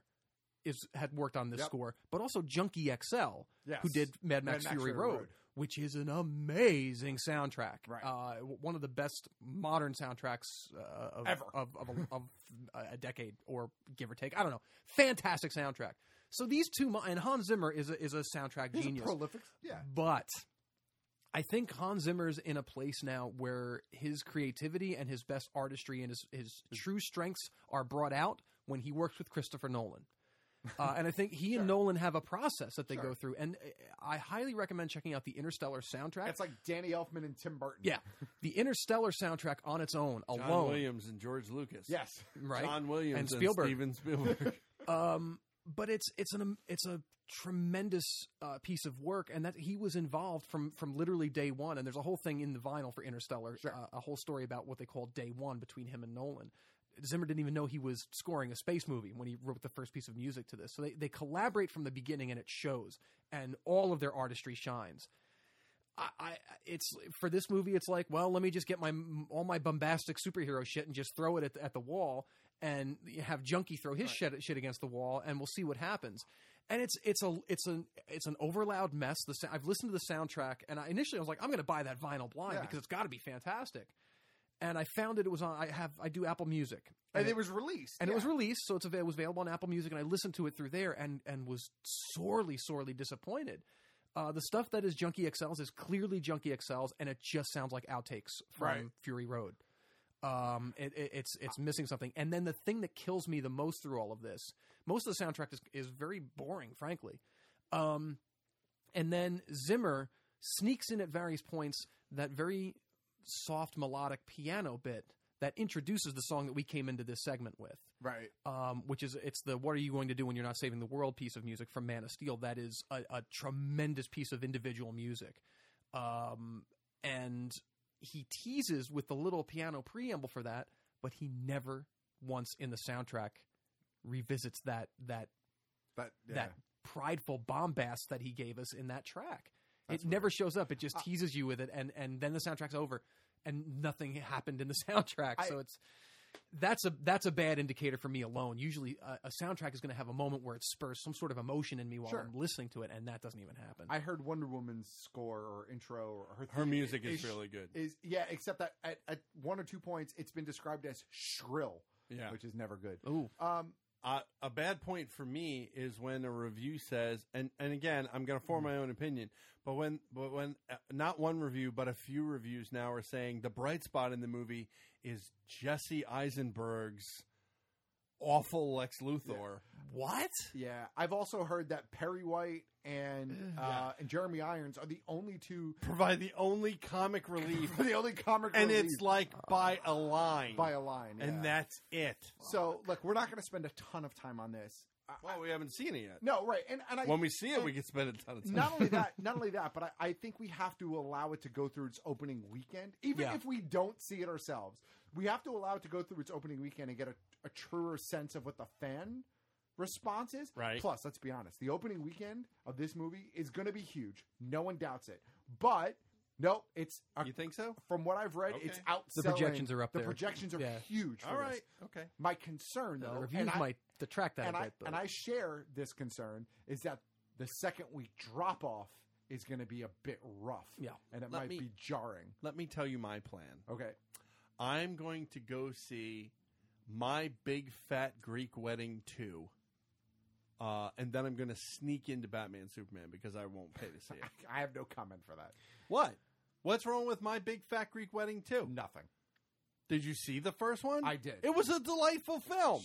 S2: is had worked on this
S4: Yep.
S2: score, but also Junkie XL,
S4: Yes.
S2: who did Mad Max, Fury Road, which is an amazing soundtrack.
S4: Right.
S2: Uh, w- one of the best modern soundtracks uh, of,
S4: Ever.
S2: of of, a, of a decade or give or take. I don't know. Fantastic soundtrack. So these two mo- and Hans Zimmer is a, is a soundtrack
S4: He's a
S2: genius.
S4: prolific. Yeah,
S2: But I think Hans Zimmer's in a place now where his creativity and his best artistry and his, his
S10: Hmm.
S2: true strengths are brought out when he works with Christopher Nolan. Uh, and I think he and Nolan have a process that they go through. And uh, I highly recommend checking out the Interstellar soundtrack.
S4: It's like Danny Elfman and Tim Burton.
S2: yeah, the Interstellar soundtrack on its own
S10: John
S2: alone.
S10: Williams and George Lucas.
S4: Yes.
S2: Right.
S10: John Williams and,
S2: And Spielberg.
S10: Steven Spielberg.
S2: um, but it's it's an it's a tremendous uh, piece of work, and that he was involved from from literally day one. And there's a whole thing in the vinyl for Interstellar, uh, a whole story about what they call day one between him and Nolan. Zimmer didn't even know he was scoring a space movie when he wrote the first piece of music to this. So they, they collaborate from the beginning, and it shows, and all of their artistry shines. I, I it's for this movie it's like well let me just get my all my bombastic superhero shit and just throw it at the, at the wall and have junkie throw his shit, shit against the wall and we'll see what happens and it's it's a it's an it's an overloud mess the sa- I've listened to the soundtrack and I initially I was like I'm going to buy that vinyl blind
S4: Yeah.
S2: because it's got to be fantastic and I found it it was on I have I do Apple Music
S4: and it was released.
S2: and it
S4: yeah.
S2: was released, so it's av- it was available on Apple Music, and I listened to it through there, and and was sorely, sorely disappointed. Uh, the stuff that is Junkie XL's is clearly Junkie XL's, and it just sounds like outtakes from
S4: Right.
S2: Fury Road. Um, it, it, it's it's missing something. And then the thing that kills me the most through all of this, most of the soundtrack is is very boring, frankly. Um, and then Zimmer sneaks in at various points that very soft melodic piano bit that introduces the song that we came into this segment with.
S4: Right.
S2: Um, which is it's the "What are you going to do when you're not saving the world?" piece of music from Man of Steel. That is a, a tremendous piece of individual music, um, and he teases with the little piano preamble for that, but he never once in the soundtrack revisits that that
S4: that yeah.
S2: that prideful bombast that he gave us in that track. it never shows up. It just teases you with it, and and then the soundtrack's over, and nothing happened in the soundtrack. so it's that's a that's a bad indicator for me alone. Usually, a, a soundtrack is going to have a moment where it spurs some sort of emotion in me while
S4: Sure.
S2: I'm listening to it, and that doesn't even happen.
S4: I heard Wonder Woman's score or intro or her
S10: Her
S4: theme
S10: music is really good.
S4: Is yeah, except that at, at one or two points it's been described as shrill,
S10: Yeah.
S4: which is never good.
S2: Ooh.
S4: Um,
S10: Uh, a bad point for me is when a review says, and, and again, I'm going to
S4: Mm.
S10: form my own opinion, but when, but when uh, not one review, but a few reviews now are saying the bright spot in the movie is Jesse Eisenberg's awful Lex Luthor.
S2: What?
S4: Yeah, I've also heard that Perry White and uh, and Jeremy Irons are the only two
S10: Provide the only comic relief.
S4: the only comic,
S10: and
S4: relief
S10: it's like by a line.
S4: by a line, yeah.
S10: And that's it.
S4: So look, we're not going to spend a ton of time on this. I-
S10: Well, we haven't seen it yet.
S4: No, right, and, and I,
S10: when we see it,
S4: and
S10: we can spend a ton of time.
S4: not only that, not only that, but I, I think we have to allow it to go through its opening weekend, even
S10: Yeah.
S4: if we don't see it ourselves. We have to allow it to go through its opening weekend and get a, a truer sense of what the fan response is.
S10: Right.
S4: Plus, let's be honest, the opening weekend of this movie is going to be huge. No one doubts it. But no, it's
S10: you think so?
S4: From what I've read, it's
S10: Okay.
S4: outselling.
S2: The projections are up
S4: The
S2: there.
S4: projections are
S2: Yeah.
S4: huge. For
S10: All right.
S4: This.
S10: Okay.
S4: My
S2: Now,
S4: concern, though,
S2: the
S4: and
S2: reviews
S4: I-
S2: might detract that
S4: and
S2: a
S4: I
S2: bit, but
S4: and I share this concern is that the second week drop off is going to be a bit rough.
S10: Yeah.
S4: and it
S10: Let
S4: might
S10: me-
S4: be jarring.
S10: Let me tell you my plan.
S4: Okay,
S10: I'm going to go see My Big Fat Greek Wedding 2. Uh, and then I'm going to sneak into Batman Superman because I won't pay to see it.
S4: I have no comment for that.
S10: what? What's wrong with My Big Fat Greek Wedding 2?
S4: Nothing.
S10: Did you see the first one?
S4: I did.
S10: It was a delightful film.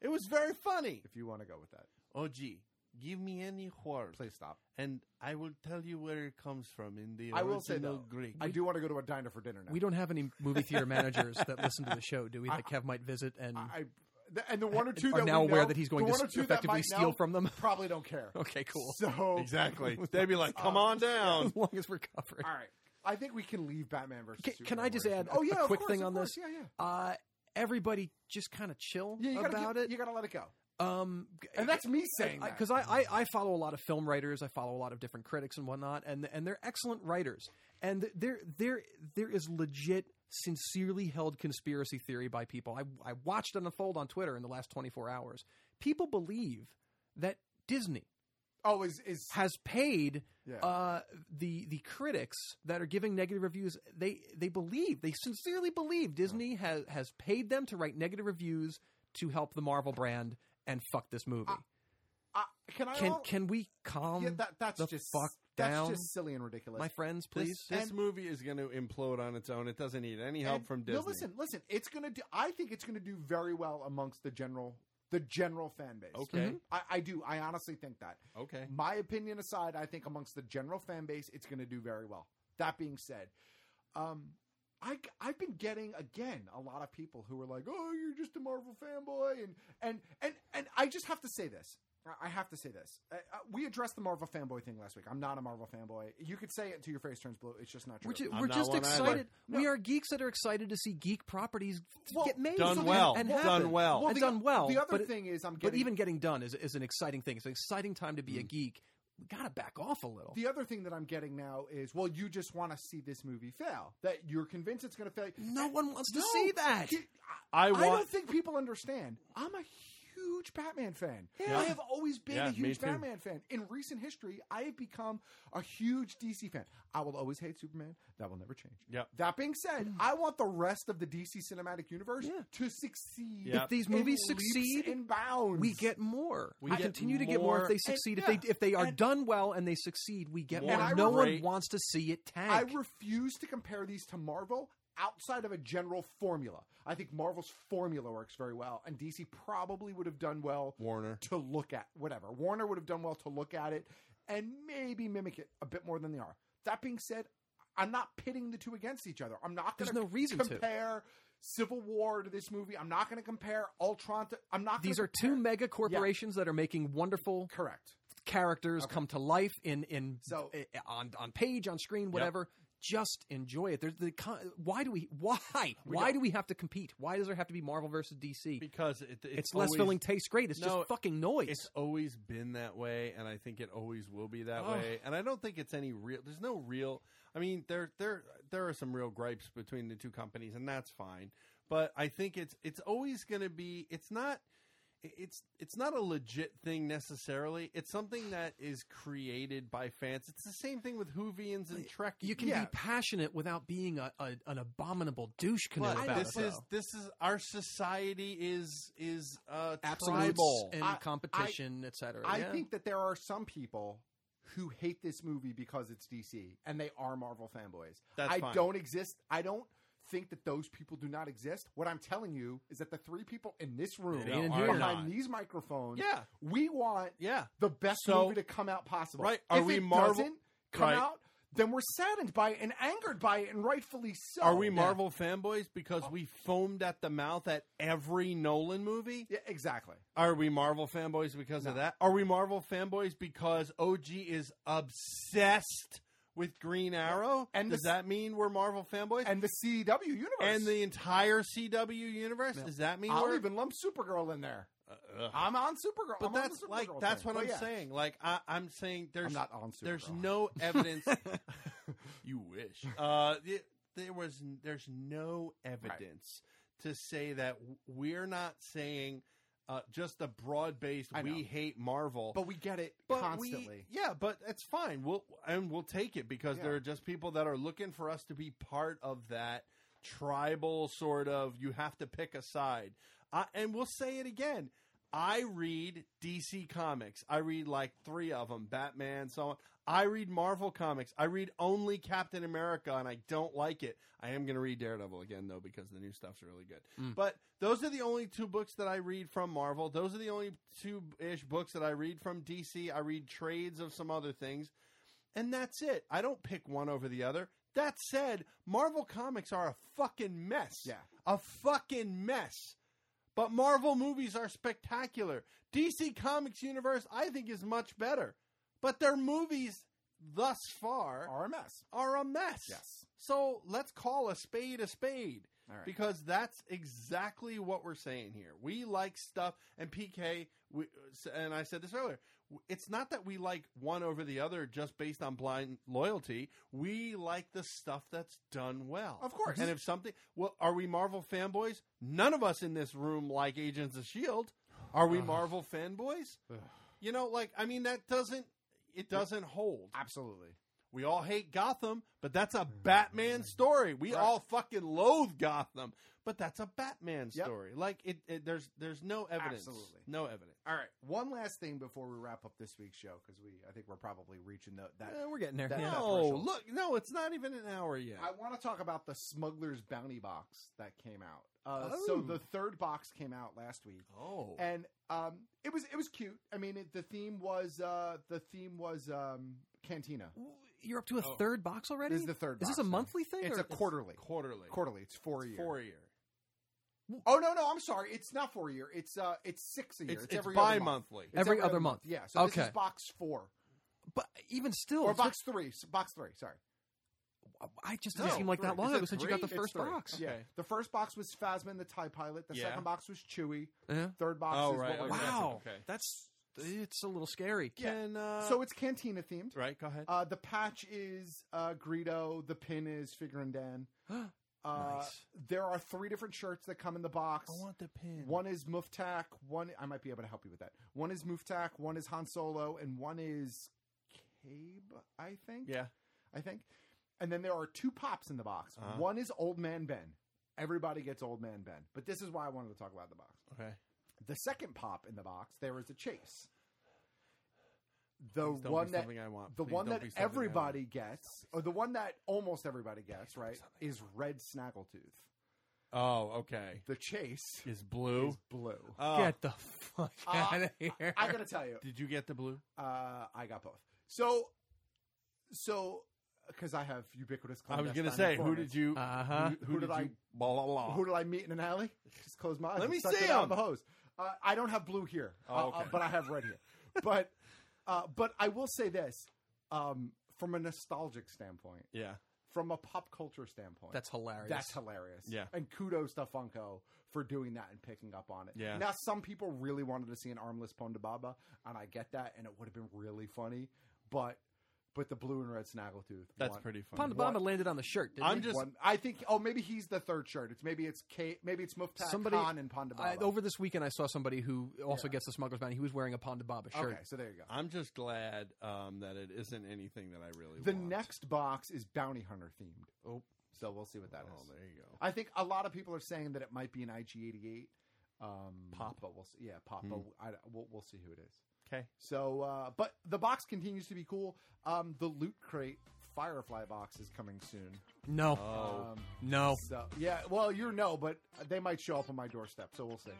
S10: It was very funny.
S4: If you want to go with that,
S10: Oh, gee. Give me any word,
S4: please stop.
S10: and I will tell you where it comes from in the
S4: I will say
S10: original
S4: though,
S10: Greek.
S4: I do want to go to a diner for dinner now.
S2: we don't have any movie theater managers that listen to the show, do we? That Kev might visit and.
S4: I th- and the one or two
S2: Mm-hmm. Are
S4: that
S2: now
S4: we
S2: aware
S4: know-
S2: that he's going
S4: the
S2: to
S4: one or
S2: s-
S4: two that
S2: effectively
S4: might
S2: steal
S4: know
S2: from them?
S4: Probably don't care.
S2: Okay, cool.
S4: So
S10: exactly. They'd be like, "Come on down."
S2: as long as we're covered.
S4: all right, I think we can leave Batman versus.
S2: Can, can
S4: Superman
S2: I just
S4: where
S2: add
S4: it's-
S2: a,
S4: Oh yeah,
S2: a
S4: of
S2: quick
S4: course,
S2: thing
S4: of
S2: on
S4: course.
S2: this?
S4: Yeah, yeah.
S2: Uh, everybody just kind of chill
S4: Yeah, you gotta
S2: about
S4: keep-
S2: it.
S4: You gotta let it go,
S2: Um,
S4: and that's me saying that.
S2: because I, I I follow a lot of film writers, I follow a lot of different critics and whatnot, and and they're excellent writers. And there there there is legit, sincerely held conspiracy theory by people. I I watched it unfold on Twitter in the last twenty four hours. People believe that Disney
S4: oh is is
S2: has paid
S4: Yeah.
S2: uh, the the critics that are giving negative reviews. They they believe they sincerely believe Disney has has paid them to write negative reviews to help the Marvel brand and fuck this movie.
S4: I, can I
S2: can
S4: all-
S2: can we calm
S4: yeah, that, that's
S2: the
S4: just
S2: fuck
S4: that's
S2: down,
S4: just silly and ridiculous.
S2: my friends?
S10: Please,
S2: Please,
S10: this,
S4: And-
S10: movie is going to implode on its own. It doesn't need any help
S4: And-
S10: from Disney.
S4: No, listen, listen. It's gonna do. I think it's gonna do very well amongst the general the general fan base.
S10: Okay. Mhm.
S4: I, I do. I honestly think that.
S10: Okay.
S4: My opinion aside, I think amongst the general fan base, it's gonna do very well. That being said, um. I, I've been getting again a lot of people who are like, "Oh, you're just a Marvel fanboy," and and and and I just have to say this. I- I have to say this. Uh, uh, we addressed the Marvel fanboy thing last week. I'm not a Marvel fanboy. You could say it until your face turns blue. It's just not true. Uh,
S2: We're, ju-
S10: I'm
S2: we're
S10: not
S2: just
S10: one either.
S2: excited.
S4: No.
S2: We are geeks that are excited to see geek properties
S4: Well,
S2: get made,
S10: Done
S2: and-
S10: well.
S2: and
S10: Well,
S2: happen.
S10: done well.
S2: and
S4: the-
S2: done well.
S4: The other
S2: but it-
S4: thing is, I'm
S2: but
S4: getting
S2: even getting done is is an exciting thing. It's an exciting time to be a
S10: Mm.
S2: geek. We gotta back off a little.
S4: the other thing that I'm getting now is, well, you just want to see this movie fail. That you're convinced it's going to fail.
S2: No one wants to
S4: No,
S2: see that.
S4: you-
S10: I
S4: I,
S10: want.
S4: don't think people understand. I'm a huge Batman fan.
S10: Yeah.
S4: I have always been
S10: Yeah,
S4: a
S10: me
S4: huge
S10: too.
S4: Batman fan. In recent history, I have become a huge DC fan. I will always hate Superman. That will never change.
S10: Yep.
S4: That being said, I want the rest of the DC cinematic universe
S2: Yeah.
S4: to succeed.
S10: Yep. If
S2: these
S4: in
S2: movies
S4: leaps
S2: succeed,
S4: and bounds,
S2: We get more.
S10: We
S2: We
S10: get
S2: continue to get more if
S10: more-
S2: they succeed.
S4: and-
S2: if they if they are
S4: and-
S2: done well and they succeed, we get
S10: And
S2: more.
S4: I
S2: No one
S10: rate-
S2: wants to see it tank.
S4: I refuse to compare these to Marvel outside of a general formula. I think Marvel's formula works very well, and DC probably would have done well
S10: Warner.
S4: to look at whatever. Warner would have done well to look at it and maybe mimic it a bit more than they are. That being said, I'm not pitting the two against each other. I'm not going
S2: There's no reason to.
S4: compare Civil War to this movie. I'm not going to compare Ultron to. I'm not. gonna
S2: These are two
S4: compare-
S2: mega corporations that are making wonderful
S4: correct
S2: characters come to life in in
S4: So-
S2: eh, eh, on on page on screen whatever. Just enjoy it. There's the con- why do we why why do we have to compete? Why does there have to be Marvel versus DC?
S10: Because it, it's,
S2: It's less
S10: always-
S2: filling tastes great. It's
S10: No,
S2: just fucking noise.
S10: It's always been that way, and I think it always will be that
S2: Ugh.
S10: way. And I don't think it's any real. There's no real. I mean, there there there are some real gripes between the two companies, and that's fine. But I think it's it's always going to be. It's not. It's it's not a legit thing necessarily. It's something that is created by fans. It's the same thing with Hoovians and Trekkies.
S2: you can
S10: Yeah.
S2: be passionate without being a, a an abominable douche canoe
S10: But
S2: about
S10: this
S2: it.
S10: is this is our society is is uh,
S2: Absolutes
S10: tribal.
S2: and
S4: I-
S2: competition, etc.
S4: I
S2: yeah.
S4: think that there are some people who hate this movie because it's DC and they are Marvel fanboys.
S10: That's
S4: I
S10: fine.
S4: don't exist. I don't think that those people do not exist. What I'm telling you is that the three people in this room
S10: They ain't
S4: behind
S10: here. Not.
S4: these microphones,
S10: Yeah.
S4: we want
S10: yeah
S4: the best
S10: So-
S4: movie to come out possible.
S10: Right. Are
S4: if
S10: we
S4: it
S10: Marvel-
S4: doesn't come
S10: Right.
S4: out, then we're saddened by it and angered by it, and rightfully so.
S10: Are we Marvel fanboys because we foamed at the mouth at every Nolan movie?
S4: Yeah, exactly.
S10: Are we Marvel fanboys because of that? Are we Marvel fanboys because OG is obsessed with Green Arrow?
S4: And
S10: does
S4: the-
S10: that mean we're Marvel fanboys?
S4: And the CW universe.
S10: And the entire CW universe? Does that mean
S4: I'll
S10: we're
S4: even lump Supergirl in there.
S10: Uh, ugh.
S4: I'm on Supergirl.
S10: But
S4: I'm on the
S10: that's like
S4: Supergirl
S10: that's
S4: thing.
S10: what
S4: But
S10: I'm
S4: yeah.
S10: saying. Like I, I'm saying there's
S4: not on Supergirl.
S10: there's no evidence. you wish. Uh, the- there was there's no evidence to say that we're not saying uh, just the broad based
S4: I know.
S10: we hate Marvel,
S4: But we get it
S10: But we-
S4: constantly.
S10: yeah, but it's fine. We'll and we'll take it because
S4: Yeah.
S10: there are just people that are looking for us to be part of that tribal sort of. You have to pick a side, I, and we'll say it again. I read DC comics. I read like three of them: Batman, so on. I read Marvel comics. I read only Captain America, and I don't like it. I am going to read Daredevil again though because the new stuff's really good.
S4: Mm.
S10: But those are the only two books that I read from Marvel. Those are the only two ish books that I read from DC. I read trades of some other things, and that's it. I don't pick one over the other. That said, Marvel comics are a fucking mess.
S4: Yeah.
S10: A fucking mess. But Marvel movies are spectacular. DC Comics universe I think is much better. But their movies thus far
S4: Are a mess.
S10: are a mess.
S4: Yes.
S10: So let's call a spade a spade.
S4: All right.
S10: Because that's exactly what we're saying here. We like stuff, and PK, we, and I said this earlier. It's not that we like one over the other just based on blind loyalty. We like the stuff that's done well,
S4: Of course.
S10: And if something, well, are we Marvel fanboys? None of us in this room like Agents of Shield. E Are we Marvel fanboys? You know, like I mean, that doesn't it doesn't hold.
S4: Absolutely.
S10: We all hate Gotham, but that's a Batman story. We all fucking loathe Gotham, but that's a Batman
S4: Yep.
S10: story. Like it, it, there's there's no evidence.
S4: Absolutely.
S10: No evidence.
S4: All right. One last thing before we wrap up this week's show because we, I think we're probably reaching the, that.
S10: Uh,
S2: Eh, we're getting there.
S4: That-
S2: Yeah.
S4: that
S10: No,
S4: threshold.
S10: look, no, it's not even an hour yet.
S4: I want to talk about the Smuggler's Bounty box that came out. Uh,
S10: Oh.
S4: So the third box came out last week.
S10: oh.
S4: and um, it was it was cute. I mean, it, the theme was uh, the theme was um, cantina.
S2: You're up to a
S10: Oh.
S2: third box already.
S4: This is the third
S2: Is this
S4: box
S2: a
S4: now.
S2: monthly thing?
S4: It's
S2: or
S4: a quarterly.
S10: quarterly.
S4: Quarterly. It's four year.
S10: Four year.
S4: Oh no, no, I'm sorry. It's not four year. It's uh, it's six a year.
S10: It's-
S4: It's,
S10: it's
S4: every other month.
S10: bi-monthly.
S4: It's
S2: Every other month.
S4: Yeah. So this
S2: Okay.
S4: is box four
S2: But even still,
S4: or
S2: it's not-
S4: box three. s- Box three. Sorry.
S2: I just didn't
S10: No,
S2: seem like that
S10: three.
S2: long
S10: Is it
S2: ago since you got the
S10: three?
S2: first
S4: It's three.
S2: box.
S4: Yeah.
S10: Okay.
S4: The first box was Phasma and the Tie Pilot. The
S10: Yeah.
S4: second box was Chewie.
S2: Yeah.
S4: Third box
S10: Oh,
S4: is
S10: right,
S4: what
S10: okay.
S4: we're doing.
S2: Wow,
S10: Okay.
S2: that's it's a little scary.
S10: Can uh,
S4: So it's cantina themed.
S10: right. Go ahead.
S4: Uh, the patch is uh, Greedo. The pin is Figure and Dan. Uh,
S2: Nice.
S4: There are three different shirts that come in the box.
S10: I want the pin.
S4: One is Muftak. One I might be able to help you with that. One is Muftak. One is Han Solo, and one is Cabe. I think.
S10: Yeah.
S4: I think. And then there are two pops in the box.
S10: Uh-huh.
S4: One is Old Man Ben. Everybody gets Old Man Ben, but this is why I wanted to talk about the box.
S10: Okay.
S4: The second pop in the box, there is a chase. The
S10: Please don't be
S4: one that
S10: something I want.
S4: the
S10: Please
S4: one
S10: don't
S4: that
S10: be something I want.
S4: everybody gets, or the one that almost everybody gets, right, is Red Snaggletooth.
S10: Oh, okay.
S4: The chase
S10: Is blue?
S4: is blue.
S10: Oh.
S2: Get the fuck
S4: Uh,
S2: out of here.
S4: I gotta tell you,
S10: Did you get the blue?
S4: uh, I got both. So, so because I have ubiquitous.
S10: I was
S4: going to
S10: say, who did you?
S4: Uh-huh.
S10: Uh, Who, who did, I?
S4: Blah, Who did I meet in an alley? Just close my eyes.
S10: Let
S4: and
S10: me
S4: suck
S10: see
S4: it out of
S10: 'em.
S4: the hose. Uh, I don't have blue here,
S10: Oh,
S4: uh, uh,
S10: okay.
S4: but I have red here. but uh, but I will say this um, from a nostalgic standpoint.
S10: Yeah.
S4: From a pop culture standpoint,
S2: That's hilarious.
S4: That's hilarious.
S2: Yeah.
S4: and kudos to Funko for doing that and picking up on it.
S2: Yeah.
S4: Now, some people really wanted to see an armless Ponda Baba, and I get that, and it would have been really funny, but but the blue and red snaggletooth.
S10: That's
S4: won.
S10: pretty funny.
S2: Ponda Baba landed on the shirt. Didn't
S4: I'm
S2: he?
S4: just. I think. Oh, maybe he's the third shirt. It's maybe it's K. Maybe it's Mufta
S2: somebody
S4: Khan and Ponda
S2: I-
S4: Baba.
S2: over this weekend, I saw somebody who also gets the Smuggler's Bounty. He was wearing a Ponda Baba shirt.
S4: Okay, so there you go.
S10: I'm just glad um, that it isn't anything that I really
S4: the
S10: want.
S4: next box is bounty hunter themed.
S10: Oh,
S4: so we'll see what that is.
S10: Oh, there you go.
S4: I think a lot of people are saying that it might be an IG88 um, pop, but we'll see. Yeah, pop, but
S10: Hmm.
S4: I, we'll, we'll see who it is.
S10: 'Kay.
S4: So, uh, but the box continues to be cool. Um, the loot crate Firefly box is coming soon.
S2: No.
S10: Oh.
S4: Um,
S2: No.
S4: So yeah, well, you're no, but they might show up on my doorstep, so we'll see.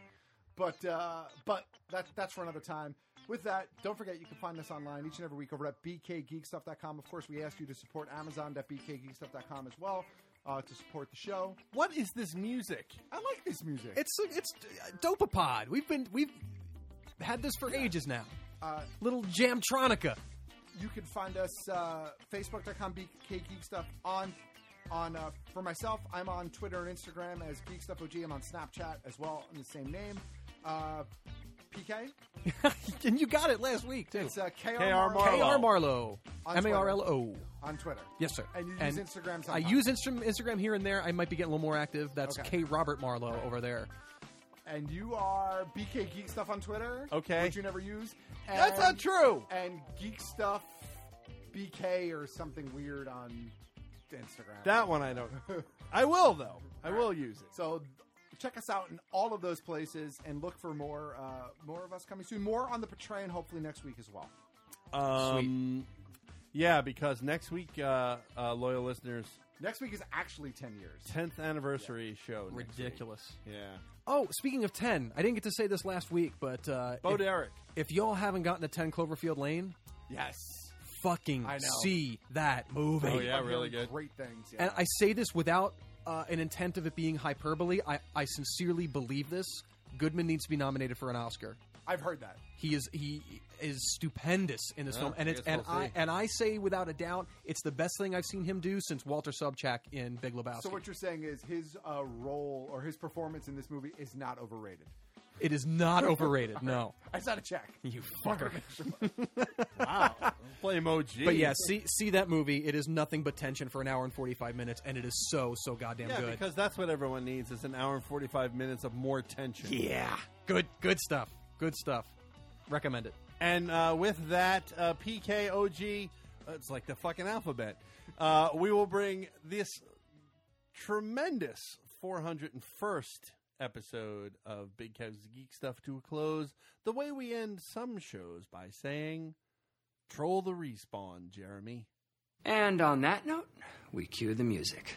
S4: But uh, but that's that's for another time. With that, don't forget you can find us online each and every week over at bkgeekstuff.com. Of course, we ask you to support Amazon.bkgeekstuff.com as well uh, to support the show.
S10: What is this music?
S4: I like this music.
S2: It's it's uh, Dopapod. We've been we've had this for ages now.
S4: Uh,
S2: Little Jamtronica.
S4: you can find us uh, facebook.com bkgeekstuff on on uh, for myself i'm on twitter and instagram as geekstuffog i'm on snapchat as well in the same name uh, pk
S2: and you got it last week too.
S4: it's uh, kr,
S2: K.R. Marlowe.
S4: On
S2: M A R L O.
S4: on twitter
S2: Yes, sir.
S4: and you use instagram
S2: I
S4: sometimes.
S2: use Insta- Instagram here and there. I might be getting a little more active. That's
S4: Okay.
S2: K Robert Marlowe over there.
S4: and you are bk geek stuff on twitter
S2: Okay.
S4: which you never use and,
S2: That's not true.
S4: and geek stuff bk or something weird on instagram
S10: That one I don't. I will though. I will use it.
S4: So th- check us out in all of those places and look for more uh, more of us coming soon. More on the Patreon hopefully next week as well.
S10: Um, yeah, because next week, uh, uh, loyal listeners,
S4: Next week is actually ten years.
S10: tenth anniversary show.
S2: Ridiculous.
S10: Yeah.
S2: Oh, speaking of 10, I didn't get to say this last week, but. Uh,
S10: Bo
S2: if,
S10: Oh, Derek.
S2: If y'all haven't gotten to 10 Cloverfield Lane,
S10: Yes.
S2: fucking
S4: I know.
S2: see that movie.
S10: Oh, yeah,
S4: I'm
S10: really
S4: hearing
S10: good.
S4: Great things. Yeah.
S2: And I say this without uh, an intent of it being hyperbole. I, I sincerely believe this. Goodman needs to be nominated for an Oscar.
S4: I've heard that.
S2: He is he is stupendous in this
S10: Yeah,
S2: film, and
S10: I
S2: it's
S10: guess
S2: and
S10: we'll
S2: I
S10: see.
S2: and I say without a doubt, it's the best thing I've seen him do since Walter Subchak in Big Lebowski.
S4: So what you're saying is his uh, role or his performance in this movie is not overrated.
S2: it is not overrated. No,
S4: I just had a check.
S2: you fucker.
S10: Play emoji.
S2: But yeah, see see that movie. It is nothing but tension for an hour and forty five minutes, and it is so so goddamn
S10: Yeah,
S2: good.
S10: because that's what everyone needs is an hour and forty five minutes of more tension.
S2: yeah, good good stuff. Good stuff. Recommend it.
S10: And uh, with that, uh, PKOG, uh, it's like the fucking alphabet. Uh, we will bring this tremendous 401st episode of Big Kev's Geek Stuff to a close the way we end some shows by saying, Troll the respawn, Jeremy.
S15: And on that note, we cue the music.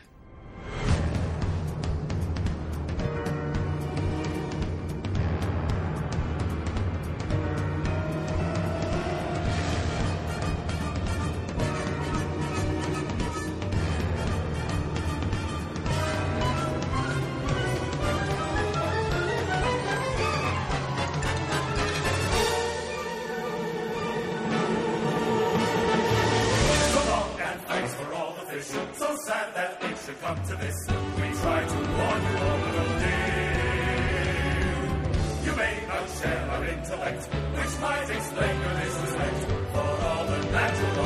S16: So long and thanks for all the fishing. So sad that it should come to this. We try to warn you all little dear. You may not share our intellect, which might explain your disrespect for all the natural